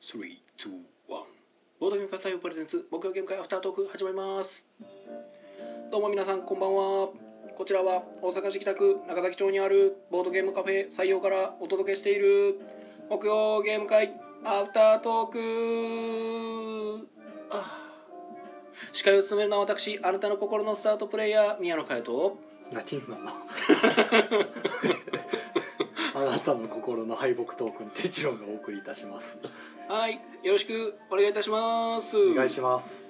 321ボードゲーム関西をプレゼンツ木曜ゲーム会アフタートーク始まりますどうも皆さんこんばんはこちらは大阪市北区中崎町にあるボードゲームカフェ採用からお届けしている木曜ゲーム会アフタートークあー司会を務めるのは私あなたの心のスタートプレイヤー宮野佳代と何今のあなたの心の敗北トークンテチロンがお送りいたしますはいよろしくお願いいたしますお願いします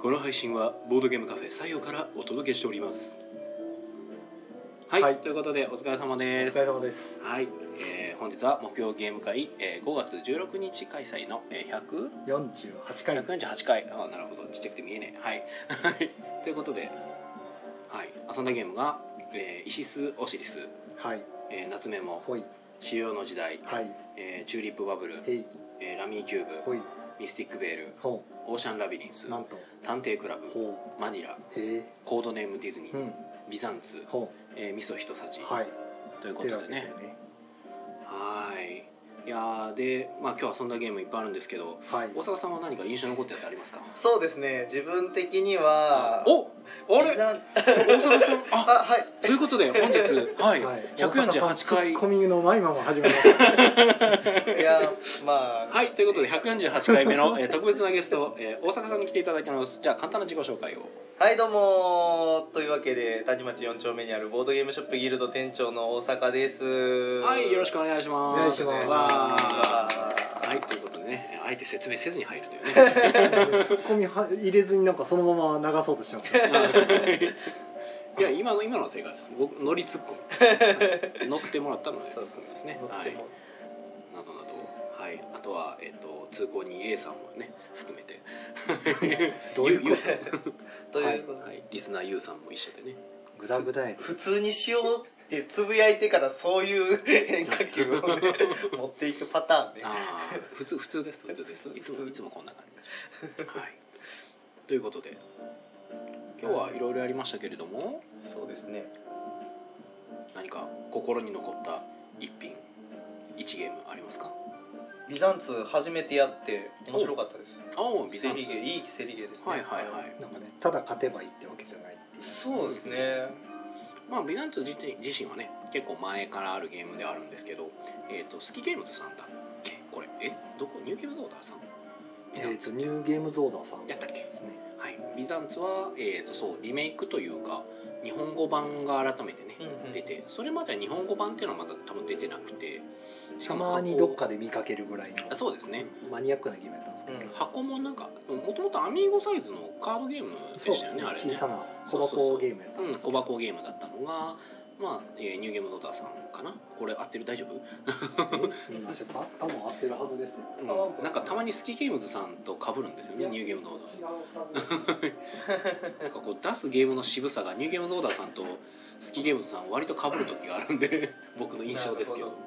この配信はボードゲームカフェ採用からお届けしておりますはい、はいということでお疲れ様おです疲れ様ですはい、えー本日は目標ゲーム会、えー5月16日開催の、えー48回100 148回あーなるほどちっちゃくて見えねえはいはい ということで、はい、遊んだゲームが「えーイシス・オシリス」はいえー夏メモ」ほい「狩猟の時代」はいえーチューリップ・バブル」へいえーラミー・キューブ」ほい「ミスティック・ベール」ほ「オーシャン・ラビリンスう」なんと「探偵クラブ」ほ「マニラ」うへえ「コードネーム・ディズニー」うんビザンツ、ほえー、ミソ一さじ、うはいというこというとわでけでねねはーいいやーで、まあ、今日遊んだゲームいっぱいあるんですけどはい大阪さんは何か印象に残ったやつありますかそうですね自分的にはおあいれざ大阪さんああはいということで本日はい、はい148大阪さん回ツッコミのないまま始めましたいやまあはいということで148回目の、えー特別なゲスト、えー、大阪さんに来ていただいてますじゃあ簡単な自己紹介をはいどうもというわけで谷町4丁目にあるボードゲームショップギルド店長の大阪ですはいよろしくくお願いしますお願いしますわーははいいということでねあえて説明せずに入るというねツッコミは入れずになんかそのまま流そうとしてましたいや今の今の正解です。僕乗り突っ込み乗ってもらったので突っ込みですね。はい。などなど。はい。あとはえっ、と通行人 A さんもね含めて。どういうこさん。ということではい。リスナー U さんも一緒でね。とグダグダやね普通にしようってつぶやいてからそういう変化球をね持っていくパターンねああ普通普通です普通です。いつ普も通いつもこんな感じです。はい。ということで今日はいろいろありましたけれどもそうですね何か心に残った一品一ゲームありますか。ビザンツ初めてやって面白かったですああビセザンリツ。ゲいいセリゲですねはいはいはい。なんかねただ勝てばいいってわけじゃないっていうそうですねまあ、ビザンツ自身自身はね結構前からあるゲームではあるんですけど、えー、とスキゲームズさんだっけこれえどこニューゲームズオーダーさんビザえンっとツニューゲームズオーダーさんやったっけですねはいビザンツは、えー、とそうリメイクというか日本語版が改めてねうんうん出てそれまでは日本語版っていうのはまだ多分出てなくてたまにどっかで見かけるぐらいあのそうですねマニアックなゲームやったんですけど、うん箱もなんかもともとアミーゴサイズのカードゲームでしたよねあれね小さな小箱ゲームやったうんん、です小箱ゲームだったのが、まあえーニューゲームドーターさんかなこれ合ってる大丈夫え見ましょうか多分合ってるはずですようんなんかたまにスキーゲームズさんと被るんですよねニューゲームズオー違うはずダーなんかこう出すゲームの渋さがニューゲームズオーダーさんとスキーゲームズさん割と被る時があるんで 僕の印象ですけどなる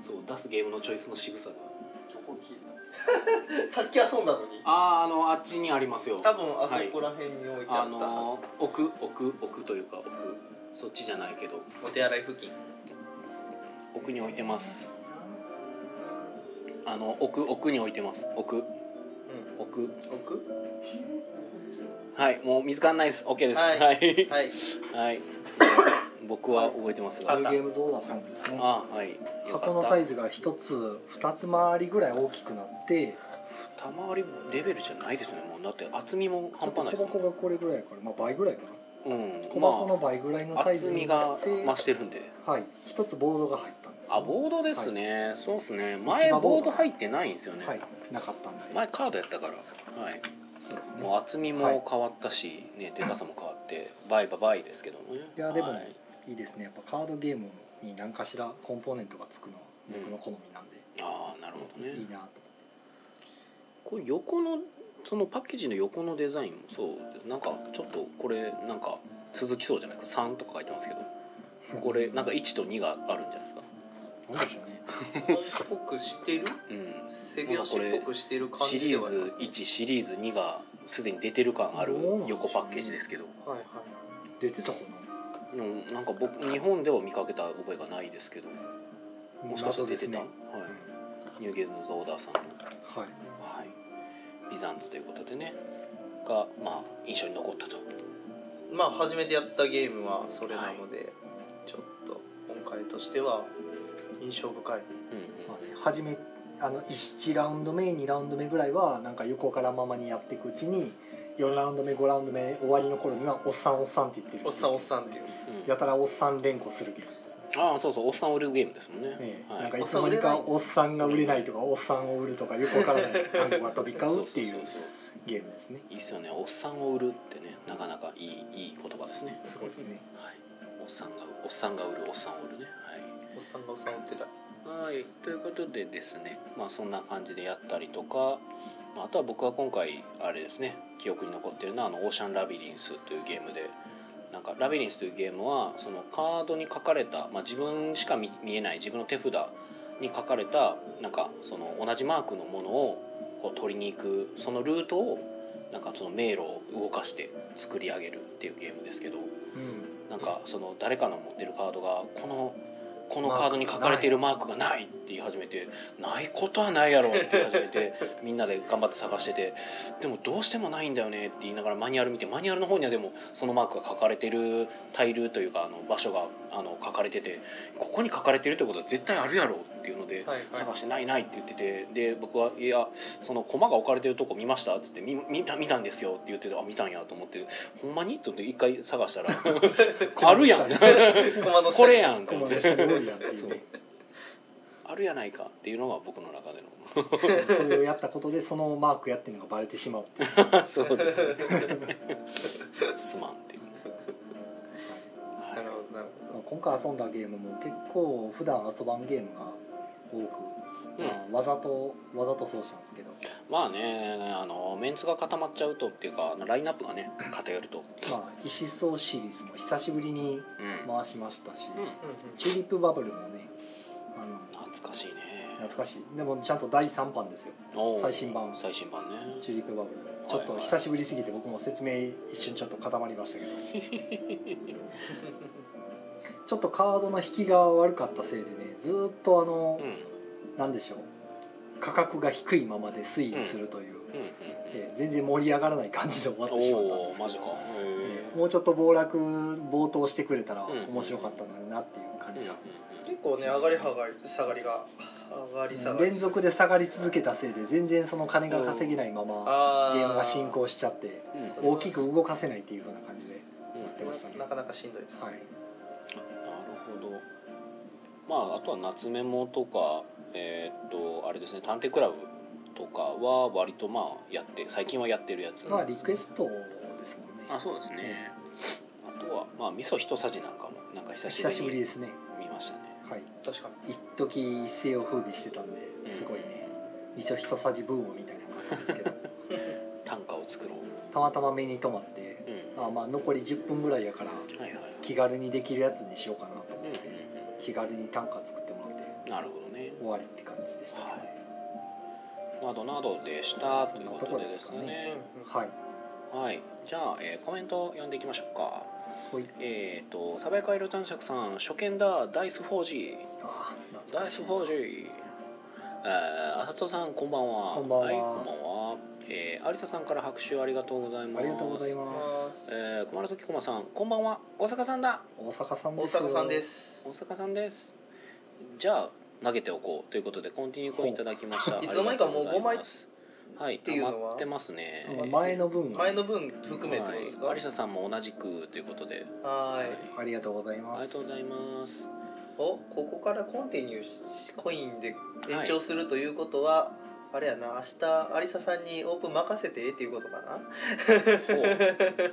そう出すゲームのチョイスの渋さがさっき遊んだのにあああのあっちにありますよ多分あそこら辺に置いてああったはのず、ー奥奥奥というか奥そっちじゃないけどお手洗い付近奥に置いてますあの奥奥に置いてます奥う奥ん奥はいもう見つかんないです OK ですは いはいはいはい。僕は覚えてますが。ニューゲームズオーダーさんですねあ、はい。よ箱かっのたサ。イズが一つ二つ回りぐらい大きくなってたまわりレベルじゃないですね。もうだって厚みも半端ないです小も箱ん。がこれぐらいやから、まあ、倍ぐらいかなうん。小箱まの倍ぐらいのあサイ厚ズみにながって、増してるんで。はい一つボードが入ったんです、あ、ボードですね。そうですね。前一番ボボーードド入ってないんですよね。はいなかったんで前カードやったから。はい。そうですねもう厚みも変わったし、ね、でかさも変わって、バイババイですけどもね。いやでもはいいいですねやっぱカードゲームに何かしらコンポーネントがつくのは僕の好みなんで、ああ、なるほどね。いいなとこれ横のそのパッケージの横のデザインもそうなんかちょっとこれなんか続きそうじゃないですか3とか書いてますけどこれなんか1と2があるんじゃないですかなんでしょうねっぽくしてるうん背拍子っぽくしてる感シじリではありーますズ1シリーズ2がすでに出てる感あるどうなんでしょうね横パッケージですけどはいは出てたかでもなんか僕日本では見かけた覚えがないですけどなもしかしたら出てた、謎はでいすねニューゲームズオーダーさんの、はいはい、ビザンツということでねが、まあ、印象に残ったとまあ初めてやったゲームはそれなので、ちょっと今回としては印象深いうんうんまあね、初めあの1ラウンド目2ラウンド目ぐらいはなんか横からままにやっていくうちに4ラウンド目5ラウンド目終わりの頃には「おっさんおっさん」って言ってるおっさんおっさんっていううんやたらおっさん連呼するけど、ああそうそうおっさんを売るゲームですもんねねはいなんかいつの間にかおおっっさんが売れないとかおっさんを売るとか横からの単語が飛び交うっていそうそそゲームですねいいっすよねおっさんを売るってねなかなかいいいい言葉ですねすごいですねはいおっさんがおっさんが売るおっさんを売るねはいおっさんがおっさん売 ってたはい、ということでですね、まあ、そんな感じでやったりとかまああとは僕は今回あれですね記憶に残ってるのはあの「オーシャンラビリンス」というゲームでなんかラビリンスというゲームはそのカードに書かれた、まあ、自分しか見見えない自分の手札に書かれたなんかその同じマークのものをこう取りに行くそのルートをなんかその迷路を動かして作り上げるっていうゲームですけど。うんなんかその誰かの持ってるカードがこのこのカードに書かれているマークがないって言い始めてないことはないやろって言い始め てみんなで頑張って探しててでもどうしてもないんだよねって言いながらマニュアル見てマニュアルの方にはでもそのマークが書かれてるタイルというかあの場所があの書かれててここに書かれてるってことは絶対あるやろっていうのではいはい探して「ないない」って言っててで僕は「いやその駒が置かれてるとこ見ました」っつって「み見た見たんですよ」って言ってて「あ見たんや」と思って「ほんまに?」と思って一回探したら「あるやん」駒の下にこれやんと思このって下に多いやんっていうそうね あるやないかっていうのが僕の中で それをやったことでそのマークやってるのがバレてしまうっていうのそうですねすまんっていうねなるほどなるほまあ今回遊んだゲームも結構普段遊ばんゲームが多く、まあ、わざとわざとそうしたんですけど、まあねあのメンツが固まっちゃうとっていうかあのラインナップがね偏ると、まあ、イシソウシリスも久しぶりにうん回しましたし、うんどうんチューリップバブルもねあの懐かしいね懐かしいでもちゃんと第3版ですよおー最新版最新版ねチューリップバブルちょっと久しぶりすぎて僕も説明一瞬ちょっと固まりましたけどちょっとカードの引きが悪かったせいでねずーっとあのうんうん何でしょう価格が低いままで推移するという、うんえー全然盛り上がらない感じで終わっうんてしまったんおでおすマジかへもうちょっと暴落暴騰してくれたらうん面白かったのになっていう感えじが、結構ね上がり下がり下がりが上がり下がり連続で下がり続けたせいで全然その金が稼げないままあゲームが進行しちゃってうんうん大きく動かせないっていう風な感じでうんやってましたねなかなかしんどいですねはいなるほどまああとは夏メモとかえーっとあれですね探偵クラブとかは割とまあやって最近はやってるやつまあリクエストですもんねあそうですねあとはまあ味噌一さじなんかもなんか久し久しぶぶりりにですね見ましたねはい確かに一時一世を風靡してたんですごいね味噌一さじブームみたいな感じですけど短歌を作ろうたまたま目に留まってうんあまあ残り10分ぐらいやからはいはいはい気軽にできるやつにしようかなうとん思うっんて気軽に短歌作ってもらってうんなるほどね終わりって感じでしたねはいなどなどでしたということでですそんなとこねはいはいじゃあ、えーコメント読んでいきましょうかほいえー、とサバイカイロ男爵さん初見だダイス 4G あーダイ懐かしスい 4G えーあさとさんこんばんは、こんばんはいこんばんはえー、有沙さんから拍手ありがとうございますありがとうございあますえー、小丸時駒さんこんばんは大阪さんだ大阪さん大です阪さんです大阪さんですじゃあ投げておこうということでコンティニューコインいただきましたほういつの間にかあもうりがと5ござ枚いますはいていう溜のはまってますねうん前の分が前の分含めってことですかはい有沙さんも同じくということではーいありがとうございありまがすとうござい ますおここからコンティニューしコインで延長するということは、あれやな明日有沙さんにオープン任せてっていうことかなほう来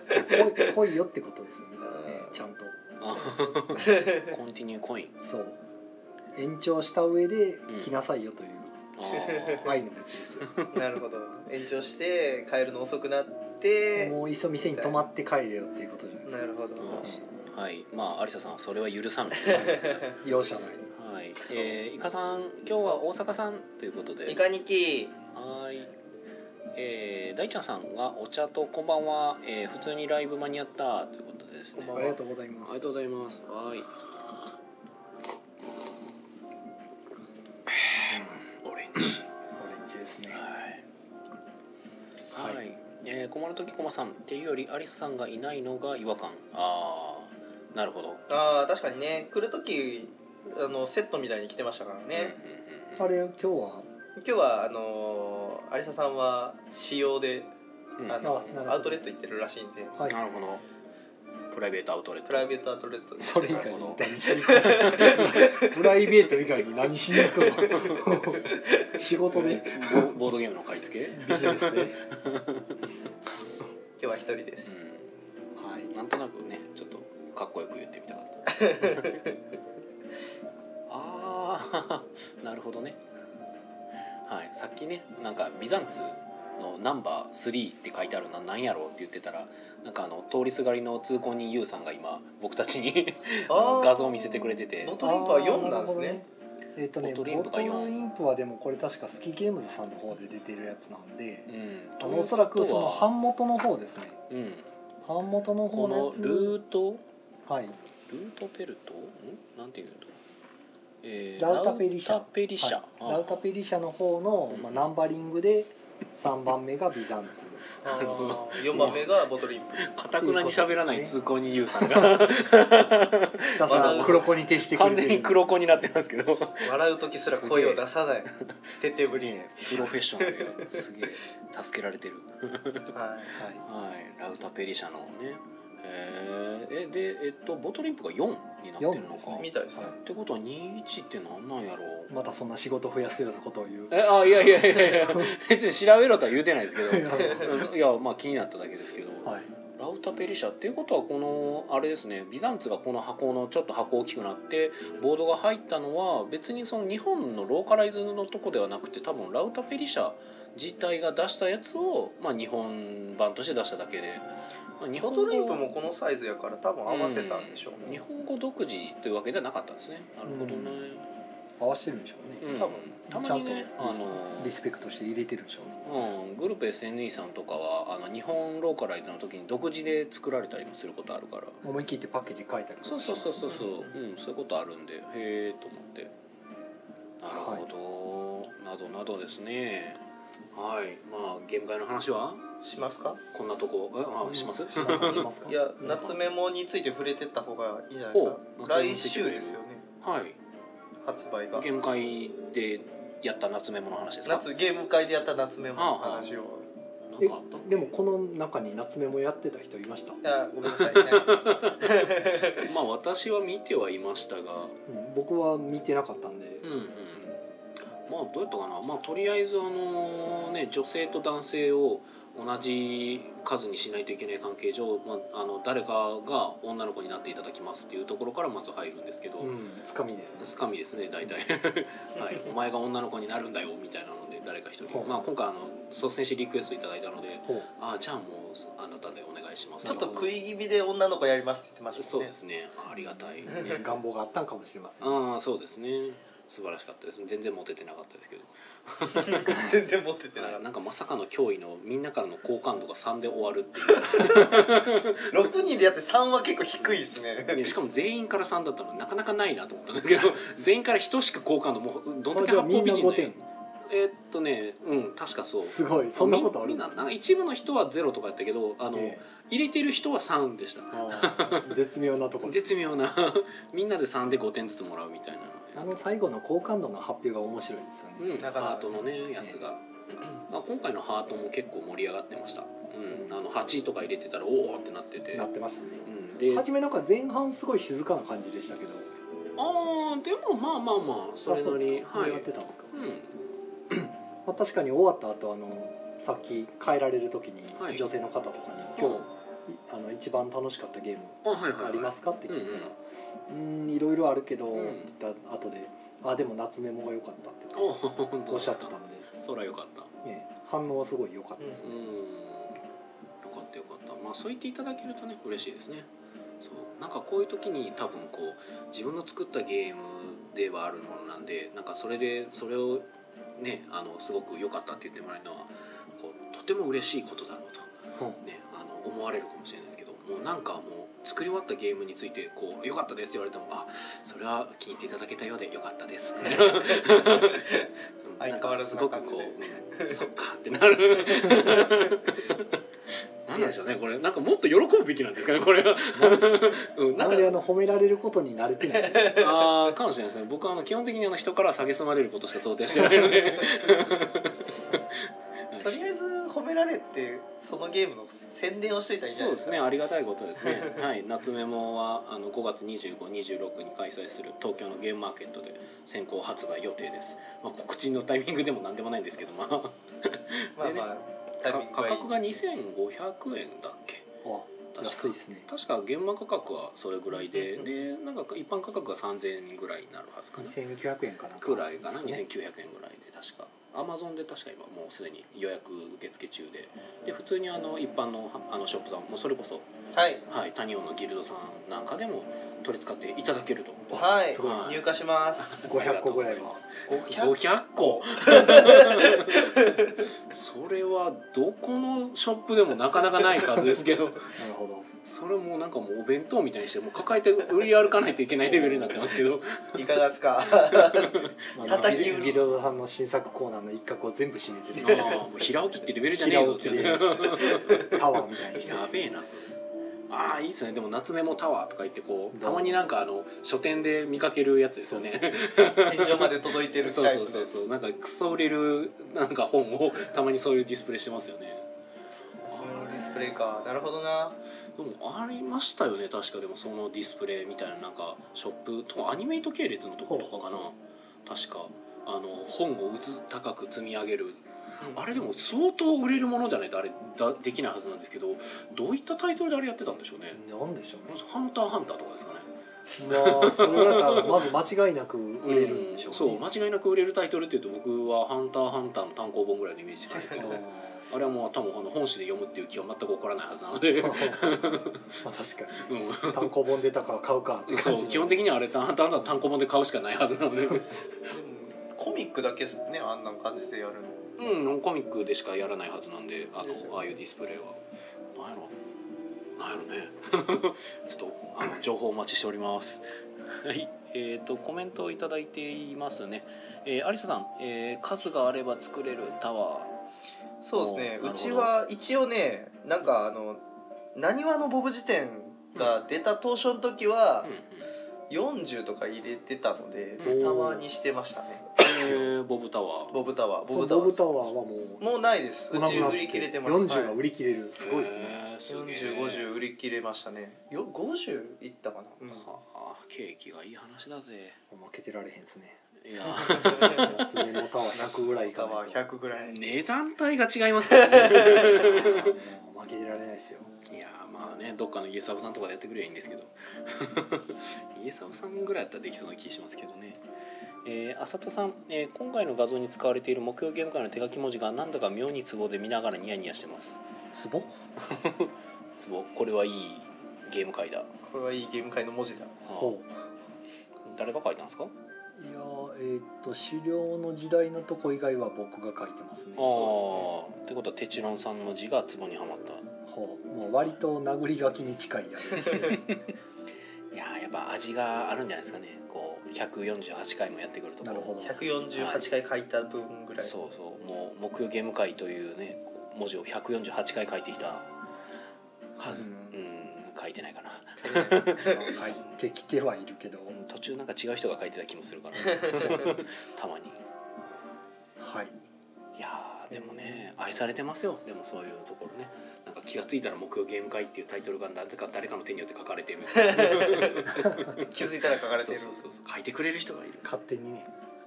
い来いよってことですよねねちゃんとあコンティニューコインそう延長した上でうん来なさいよというあー愛の無知ですよ、なるほど延長して帰るの遅くなってもういっそ店に泊まって帰れよっていうことじゃないですなかるほど、うんはいまあ有沙さんはそれは許さんですから容赦ないはいえー、イカさん今日は大阪さんということでいかにきはいえー、大ちゃんさんがお茶とこんばんは、えー普通にライブ間に合ったということでですねこんあばんりはがとうございあますりがとうございますはいオレンジえー、困る時駒さんっていうよりアリサさんがいないのが違和感ああなるほどああ確かにね来る時あのセットみたいに来てましたからね、うんあれ今日は今日はあのー有沙さんは仕様で、うんうんうんあのあなるほどアウトレット行ってるらしいんではいなるほどプライベートアウトレットプライベートアウトレットそれ以な外るほにど何しに行くの プライベート以外に何しに行くの 仕事でボボードゲームの買い付け、ビジネスで、今日は一人です、はい、うん、なんとなくねちょっとかっこよく言ってみたかったああ なるほどねはいさっきねなんかビザンツのナンバー3って書いてあるななんやろうって言ってたらなんかあの通りすがりの通行人 YOU さんが今僕たちにああ画像を見せてくれててボトリンプは4なんあーなるですねほどねえっ、とねボトボルインプがト四ルインプはでもこれ確かスキーゲームズさんの方で出てるやつなんでうんあのおそらくそのは版元の方ですねうん、版元のこ方ののやつルートはいルートペルトんなんていうの、えーラウタペリシャラウタペリシャ、はいラウタペリシャの方の、まあ、ナンバリングで3番目がビザンツ あのー4番目がボトリンプかたくなに喋らない通行に優さんがひたすら黒子に徹してくれ完て全にる黒子になってますけど笑う時すら声を出さない徹底ぶり、ねプロフェッショナルやすげえ助けられてるははいはいラウタペリシャのねへーえでえっとボトリンプが4になってる4のですか、い、みったいですね、はてことは21ってなんなんやろうまたそんな仕事増やすようなことを言うえあいやいやいやいや別に調べろとは言うてないですけはどいやまあ気になっただけですけど、いラウタペリシャっていうことはこのあれですねビザンツがこの箱のちょっと箱大きくなってボードが入ったのは別にその日本のローカライズのとこではなくて多分ラウタペリシャ自体が出したやつを、まあ、日本版として出しただけで、まあ日ボ本ト語リンプもこのサイズやから多分合わせたんでしょう日ね、本語独自というわけではなかったんですねなるほどね、合わせてるんでしょううね、ん多分たちゃまんにとねあのリスペクトして入れてるんでしょうねうん、グループ SNE さんとかはあの日本ローカライズの時に独自で作られたりもすることあるから思い切ってパッケージ書いたりとかそうそうそうそうそう、ううん、そういうことあるんでへえと思ってなるほど、などなどですねはいまあゲーム会の話はしますかこんなとこえあし ます、しますかいや夏メモについて触れてった方がいいんじゃないほでうすか来週ですよねはい発売がゲーム会でやった夏メモの話ですか夏ゲーム会でやった夏メモの話をなんかあったでもこの中に夏メモやってた人いました、いやごめんなさいいないです まあ私は見てはいましたがうん僕は見てなかったんでうんうんまあどうやったかなまあとりあえずあのね女性と男性を同じ数にしないといけない関係上、まあ、あの誰かが女の子になっていただきますっていうところからまず入るんですけど、うんつかみですねつかみですね大体、はい、お前が女の子になるんだよみたいなので誰か一人ほ、うまあ、今回あの率先してリクエストいただいたのでほう ああじゃあもうあなたでお願いしますちょっと食い気味で女の子やりますって言ってましたそうもんでねすねありがたい、ね、 願望があったんかもしれませんああそうですね素晴らしかったです全然モテてなかったですけど全然持っててなはいかっなんかまさかの脅威のみんなからの好感度が3で終わるってた6人でやって3は結構低いですねいう、ねしかも全員から3だったのなかなかないなと思ったんですけど 全員から等しく好感度もうどんだこれけじゃあ発み泡ん美な人5だよ点えーっとねうん確かそうすごいそんなことあるみんななんか一部の人はゼロとかやったけどあの、ええ入れてる人は3でしたあー絶妙な ところ絶妙なみんなで3で5点ずつもらうみたいなあの最後の好感度の発表が面白いですよね、うん、なかなかハートのねやつが、まあ、今回のハートも結構盛り上がってました、うん、あの8とか入れてたらおおってなっててなってましたねうん、で初めなんか前半すごい静かな感じでしたけどああでもまあまあまあそれなりあそうはいですかやってたんですか、うまあ、確かに終わった後あのさっき帰られる時にはい女性の方とかに「ん今日いあの一番楽しかったゲームあはいはい、はい、ありますか?」って聞いたらう「うーんいろいろあるけど」っうんて言った後で「あでも夏メモが良かった」ってお本当おっでしゃっすてかたんで、そらよかったええ反応はすごい良かったですうね、んよかったよかったまあそう言っていただけるとね嬉しいですねそうなんかこういう時に多分こう自分の作ったゲームではあるものなんでなんかそれでそれをねあのすごく良かったって言ってもらえるのはこうとても嬉しいことだろうと、うんね、あの思われるかもしれないですけど、まもうなんかもう作り終わったゲームについてこう良かったですって言われてもあそれは気に入っていただけたようで良かったです。 うんなん相変わからずすごくな感じこでう、うんそっかってなる。なんなんでしょうねこれなんかもっと喜ぶべきなんですかねこれは。 うんあなんんかまりあの褒められることに慣 れてないあーかもしれないですね僕はあの基本的にあの人から蔑まれることしか想定してないの でとりあえず褒められてそのゲームの宣伝をしといたらいいんじゃそうでないですすかねありがたいことですねはい夏メモはあの5月2526に開催する東京のゲームマーケットで先行発売予定です、まあ、告知のタイミングでも何でもないんですけどまあまあまあタイミング価がいい格が2500円だっけあ確安かいですね確か現場価格はそれぐらいで、うんでなんか一般価格が3000円ぐらいになるはずかな2900円かなくらいかな、ね2900円ぐらいで確かアマゾンで確か今もうすでに予約受付中でで普通にあの一般のはあのショップさんもうそれこそ、はいはい、タニオのギルドさんなんかでも取り使っていただけるとはいすごい入荷します500個ぐらいは500 500個それはどこのショップでもなかなかない数ですけ どなるほどそれもうなんかもうお弁当みたいにしてもう抱えて売り歩かないといけないレベルになってますけどいかがで すかまあ叩き売りギルドさんの新作コーナーの一角を全部占めてあるーもう平置きってレベルじゃねえぞってやつ タワーみたいにしてやべえなそれああいいですねでも夏メモタワーとか言ってこうたまになんかあの書店で見かけるやつですよね天井まで届いてるそうタイそプうそうでそすうなんかクソ売れるなんか本をたまにそういうディスプレイしてますよねそのディスプレイかなるほどなでもありましたよね確かでもそのディスプレイみたいななんかショップとかアニメイト系列のところとかかなほ確かあの本をうつ高く積み上げるあれでも相当売れるものじゃないとあれだできないはずなんですけどどういったタイトルであれやってたんでしょうねなんでしょうねハンターハンターとかですかねまあそれだったらまず間違いなく売れるんでしょうね、そう間違いなく売れるタイトルっていうと僕は「ハンターハンター」の単行本ぐらいのイメージしかないですけどああれはもう多分あの本誌で読むっていう気は全く起こらないはずなの で、ーまあ確かうに単行本出たから買うかってん、感そじう基本的にはあれ「ハンターハンター」単行本で買うしかないはずなの ででもコミックだけですもんねあんな感じでやるのうんノンコミックでしかやらないはずなんであのですよねああいうディスプレイはなんやろなんやろね ちょっとあの情報お待ちしておりますはいえー、とコメントをいただいていますね、えー、アリサさん、えー数があれば作れるタワー」そうですねおーうちは一応ねなんかあのなにわのボブ辞典が出た当初の時はうんうん40とか入れてたのでうんタワーにしてましたねえーボブタワーボブタワーボボブブタタワワーーはもうもうないですうなくちなっ売てり切れてます40がはい売り切れるすごいですね、えーすげえ4050売り切れましたねよ50いったかな、 うんはあケーキがいい話だぜ負けてられへんですね いや夏目のタワー100ぐらいいかタなワいーと100ぐらい値段帯が違いますから ねもう負けてられないですよいやまあねどっかの家サブさんとかでやってくればいいんですけど 家サブさんぐらいだったらできそうな気しますけどねえー、あさとさん、えー今回の画像に使われている木曜ゲーム会の手書き文字がなんだか妙にツボで見ながらニヤニヤしてますツボツボこれはいいゲーム会だこれはいいゲーム会の文字だほ誰が書いたんですかういやーえーっと狩猟の時代のとこ以外は僕が書いてますねああーってことはテチロンさんの字がツボにはまったほうもう割と殴り書きに近いやつですねいやーやっぱ味があるんじゃないですかねこう148回もやってくるとなるほど148回書いた分ぐらいそうそうもう木曜ゲーム会というねこう文字を148回書いてきたはずううんん書いてないかな、書いてきてはいるけどうん途中なんか違う人が書いてた気もするからたまにはいいやーでもね愛されてますよでもそういうところねなんか気が付いたら木曜ゲーム会っていうタイトルが誰か誰かの手によって書かれてる気づいたら書かれてそうるそうそうそう書いてくれる人がいる勝手にね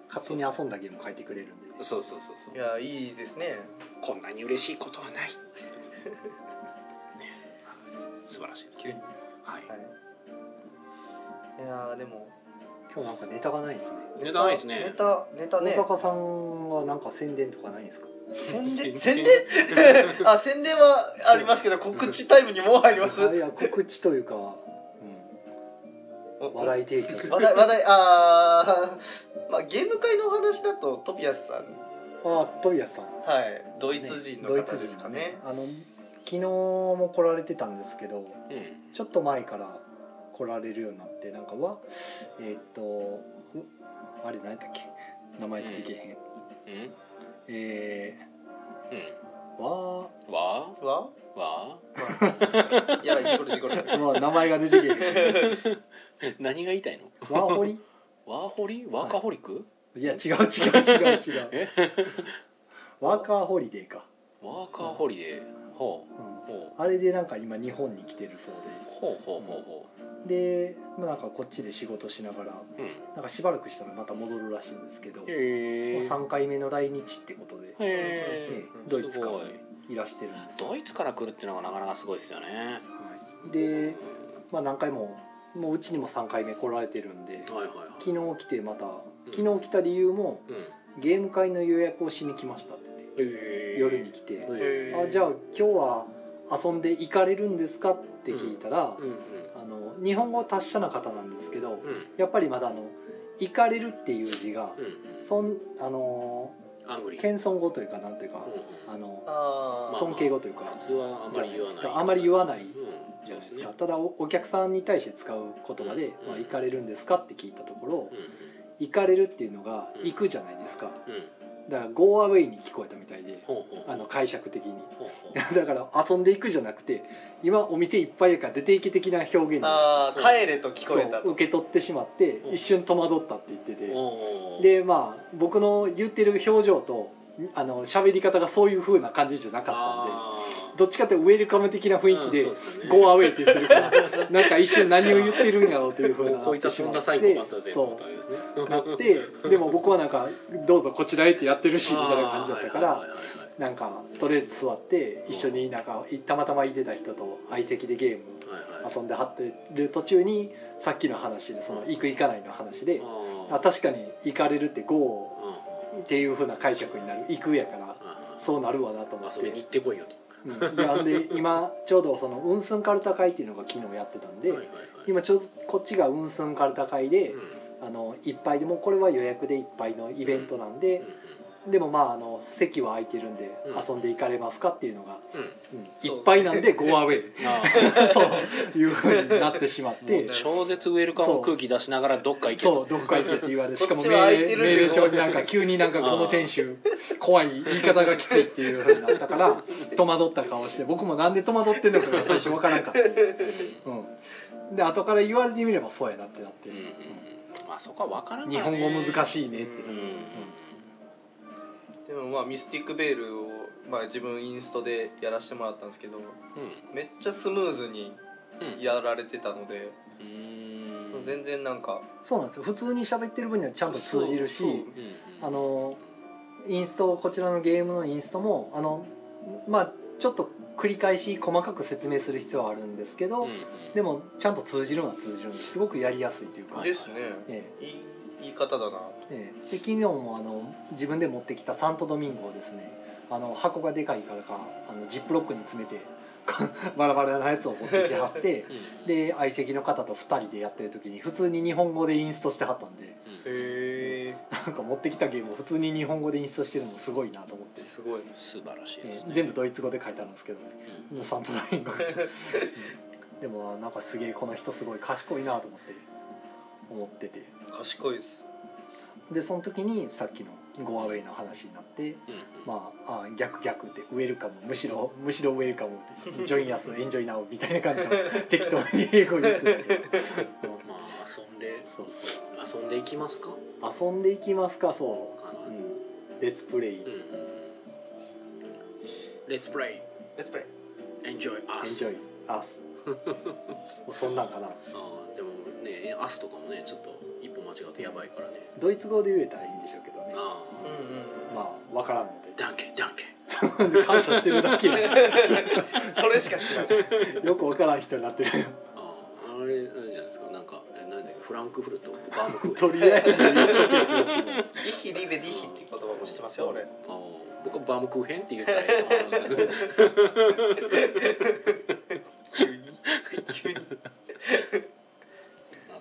勝手に遊んだゲーム書いてくれるんでそうそうそうそういやいいですねこんなに嬉しいことはない。 ね素晴らしいです。急にはい。はいいやーでも今日なんかネタがないですねネタないですねネタネタね大阪さんはなんか宣伝とかないんですか宣伝 宣宣伝伝あ宣伝はありますけ ど告知タイムにもう入りますあいや告知というか、うん、話題提供 話題話題あーまあゲーム会のお話だとトピアスさんああトビアスさんはいドイツ人のドイ方ツ人ですかねあの昨日も来られてたんですけうどんちょっと前から来られるようになってなんかはえーっとうあれ何やったっけ名前出てけへん、うんえうー、わんわはーわやばい事故る事故るーわー名前が出てけへー 何が言いたいの んワーホリワーホリワーカホリック、いや違う違う違う違うえワーカーホリデーか、ワーカホリデーほう、うんほあれでなんか今日本に来てるそううほうほうほうほでで、まあ、なんかこっちで仕事しながらううんなんかしばらくしたらまた戻るらしいんですけど、へもうえ3回目の来日ってことで、へえええうんドイツからね、すごいいらしてるんですよドイツから来るっていうのがなかなかすごいですよねはい、で、まあ、何回ももううちにも3回目来られてるんではいはいはい昨日来てまた昨日来た理由もうんゲーム会の予約をしに来ましたって言ってへえ夜に来てへあじゃあ今日は遊んで行かれるんですかって聞いたら、うんうんあの日本語達者な方なんですけど、うんやっぱりまだあの「行かれる」っていう字が、うんそんあのアングリー謙遜語というかなんていうか、うん あのあまあ尊敬語というか、普通はあじまゃなりい言でわすないかあまり言わないうんじそうでゃないすですねかただおお客さんに対して使う言葉でうん「まあ、行かれるんですか?」って聞いたところうん「行かれる」っていうのがう「ん行く」じゃないですかうんうんだから「ゴーアウェイ」に聞こえたみたいでほうほうあの解釈的に ほうほうだから遊んでいくじゃなくて今お店いっぱいやから出ていけ的な表現にあー帰れと聞こえたそうと受け取ってしまってうん一瞬戸惑ったって言ってておーでまあ僕の言ってる表情とあの喋り方がそういう風な感じじゃなかったんであーどっちかっていうとウェルカム的な雰囲気でうんそうすよ「ねゴーアウェイ」って言ってるからなんか一瞬何を言ってるんやろうというふうなこいつはそんなサイコパスだぜってこそとですねうなってでも僕はなんか「どうぞこちらへ」ってやってるしみたいな感じだったかあーはいらはいはいはいなんかとりあえず座って一緒になんかたまたまいてた人と相席でゲームはいはい遊んではってる途中にさっきの話でその行く行かないの話でああー確かに行かれるって「ゴうんうんー」っていうふうな解釈になる行くやからあーそうなるわなと思っ遊びてに行。ってこいよとうん、であんで今ちょうどそのウンスンカルタ会っていうのが昨日やってたんで、はいはいはい今ちょうどこっちがウンスンカルタ会で、あのいっぱいでもうこれは予約でいっぱいのイベントなんうんでう、んでもまああの席は空いてるんでう遊んでいかれますかっていうのが、うんうんうんそういっぱいなんでゴーアウ ェイあそういうふうになってしまっーもてう。超絶ウェルカム空気出しながらどっか行けそとうどっか行けって言われてしかもこっち命は空い令てるん命で令帳になんか急になんかこの店主怖い言い方がきついっていうふうになったから戸惑った顔して僕もなんで戸惑ってんのかが最初わからんかったうん、で後から言われてみればそうやなってなって、うんうんうんまあそこは分からんか日らね本語難しいねってうなっんて、でもまあミスティックベールを、まあ、自分インストでやらせてもらったんですけどめっちゃスムーズにうんうんやられてたので、うん全然なんかそうなんですよ普通に喋ってる分にはちゃんと通じるしそううんうんあのインストこちらのゲームのインストもあのまあちょっと繰り返し細かく説明する必要はあるんですけど、うんでもちゃんと通じるのは通じるんですごくやりやすいというか、はいですね、えいい言い方だなとえええで昨日もあの自分で持ってきたサントドミンゴをですねあの箱がでかいからかあのジップロックに詰めてバラバラなやつを持ってきてはってうんで相席の方と2人でやってる時に普通に日本語でインストしてはったんで うんへなんか持ってきたゲームを普通に日本語でインストしてるのすごいなと思っえて、すごい素晴らしいでえすーね全部ドイツ語で書いてあるんですけど、うんね、サントラインが でもなんかすげえこの人すごい賢いなと思って思ってて賢いですでその時にさっきの「ゴアウェイ」の話になって。うんまあ、あ逆逆ってウェルカムむしろむしろウェルカムってジョインアスエンジョイナウみたいな感じの適当に英語言ってた けど、うんまあ遊んでそう遊んでいきますかそう遊んでいきますかそかなう、うん、レッツプレイ、うんうんうん Let's play レッツプレ Enjoy イエンジ us ョイアスそんな んかなあーでもね「アス」とかもねちょっと一歩間違うとやばいからねドイツ語で言えたらいいんでしょうけどねあうんあまあわからんのダンケンダンケンで感謝してるだ けうんそれしか知らないよくわからん人になってるあああれあれじゃないですかなんかえなんだっけフランクフルトバームク ーヘンとりあえず言うとけイヒリベディヒっていう言葉も知ってますよ俺あー僕はバームクーヘンって言 ったらいいと思うんですけど急に急になる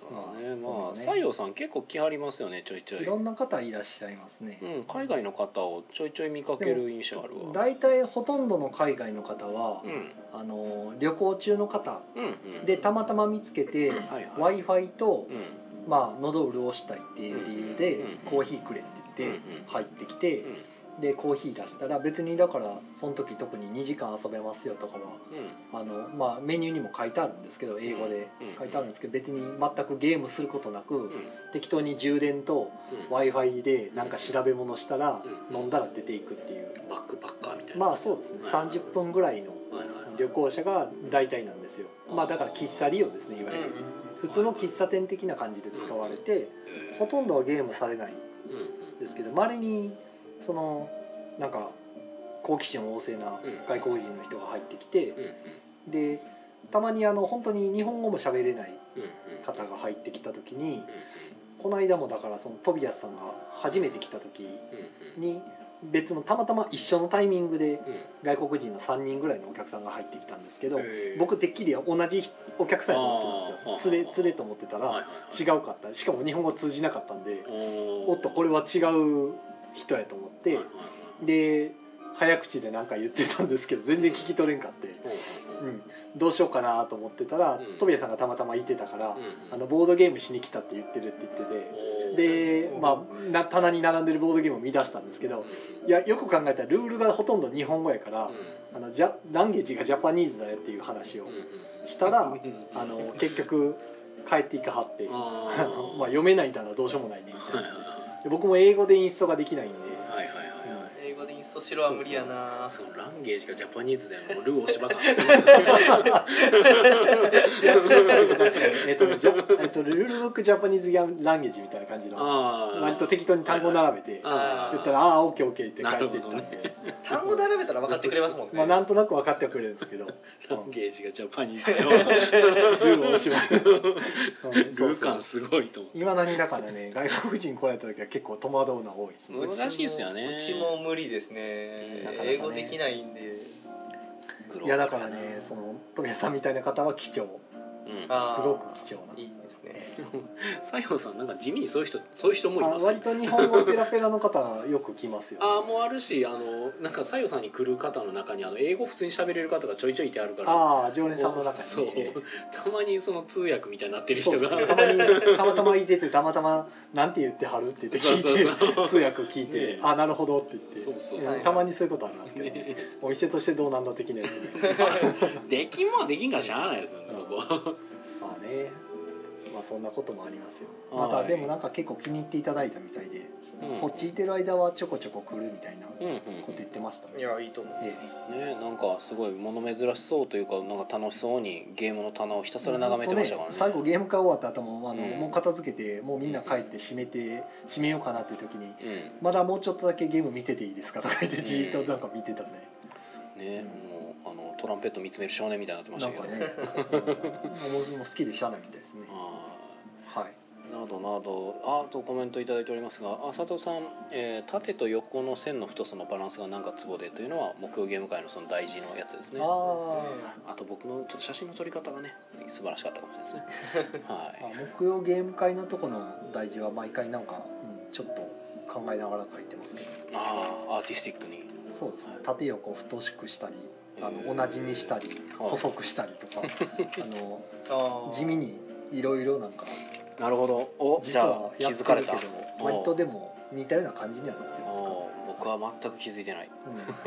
ほどねそうまあね西洋さん結構来はりますよねちょいちょい い、ろうんな方いらっしゃいますね、ん、海外の方をちょいちょい見かける印象あるわ大体ほとんどの海外の方はう、んあの旅行中の方うんうんでたまたま見つけて、はいはい w i f i と、うんまあ、喉潤したいっていう理由で、うんうんコーヒーくれって言ってうんうん入ってきて、うんでコーヒー出したら別にだからその時特に2時間遊べますよとかはうんあの、まあ、メニューにも書いてあるんですけど英語でうんうん書いてあるんですけど別に全くゲームすることなうくん適当に充電とうん w i f i でなんか調べ物したらうん飲んだら出ていくっていうバックパッカーみたいなまあそうですね30分ぐらいのはいはい旅行者が大体なんですよまあだから喫茶利用ですねいわゆる普通の喫茶店的な感じで使われてえーほとんどはゲームされないうんうんですけどまれにそのなんか好奇心旺盛なうん外国人の人が入ってきてうんうんでたまにあの本当に日本語も喋れないうんうん方が入ってきた時にうこの間もだからそのトビアスさんが初めて来た時んうんうんに別のたまたま一緒のタイミングでうん外国人の3人ぐらいのお客さんが入ってきたんですけどえー僕てっきり同じお客さんやと思ってたんですあーよ連れ連れと思ってたはいら違はうかったしかも日本語通じなかったんでいはいおっとこれは違う人やと思っはいてはいで早口で何か言ってたんですけど全然聞き取れんかって、はいうん、どうしようかなと思ってたら、うんトビエさんがたまたまいてたから、うんうんあのボードゲームしに来たって言ってるって言っておーてでう、んまあ、な棚に並んでるボードゲームを見出したんですけどうんいやよく考えたらルールがほとんど日本語やから、あのジャランゲージがジャパニーズだよっていう話をうんうんうんしたら、うんあの結局帰っていかはってああのー まあ、読めないならどうしようもないねみたはいいなはいで僕も英語でインストができないんで。はいはいはいはいはい英語でインストしろは無理やあなそのランゲージがジャパニーズであのルーをしばかんはいえっと、ジャえっと、ルールブックジャパニーズギャンランゲージみたいな感じのあー 割と適当に単語並べて言っあーたら「ああーオッケーオッケー」って帰っていったんなるで、単語並べたら分かってくれますもんねまあなんとなく分かってはくれるんです けどランゲージがジャパニーズよルールをしまいルー感すごいと思いまだにだからね外国人来られた時は結構戸惑うのは多いですねう難しいっすよねうちも無理ですねなかなかね英語できないんでういやだからねその富谷さんみたいな方は貴重うんあーすごく貴重ないいですね西郷さんなんか地味にそういう人そういう人もいあます割ねと日本語ペラペラの方はよく来ますよ、ね、 ああもうあるしあのなんか西郷さんに来る方の中にあの英語普通に喋れる方がちょいちょいいてあるからああ常連さんの中に、ね、そうたまにその通訳みたいになってるそ人うがたまにたまたまいててたまたま「なんて言ってはる?」って言って聞いてそうそうそう通訳聞いてね「あなるほど」って言ってそうそうそううんたまにそういうことありますけど、お店としてどうなんだ的なやつね できんもんはできんからしゃあないですよねそこはまあねまあそんなこともありますよはまいたでもなんか結構気に入っていただいたみたいで、こっちいてる間はちょこちょこ来るみたいなこうんうんと言ってましたね、いやいいと思うえねなんかすごい物珍しそうというかなんか楽しそうにゲームの棚をひたすら眺めてましたからねずっと最後ゲーム会終わった後もあの、うんもう片付けてもうみんな帰って閉めて閉めようかなっていう時にうんまだもうちょっとだけゲーム見てていいですかとか言ってじーっとなんか見てたね、ねもうあのトランペット見つめる少年みたいになってましなたんけどかね、うん、もうもう好きでしゃあないみたいですね。あーはい。などなどあとコメントいただいておりますがあ佐藤さん、えー縦と横の線の太さのバランスがなんかツボでというのは木曜ゲーム会のその大事のやつですねああと僕のちょっと写真の撮り方がね素晴らしかったかもしれないです ねはあ、木曜ゲーム会のとこの大事は毎回なんか、うん、ちょっと考えながら書いてますけど。いああアーティスティックにそうですね。縦横太しくしたり、あへーの同じにしたり、はい細くしたり とか、あのあー地味にいろいろなんかなるほどおじ実ゃあは気やっづかてれるけたど、割とでも似たような感じにはなってますおー僕は全く気づいてないか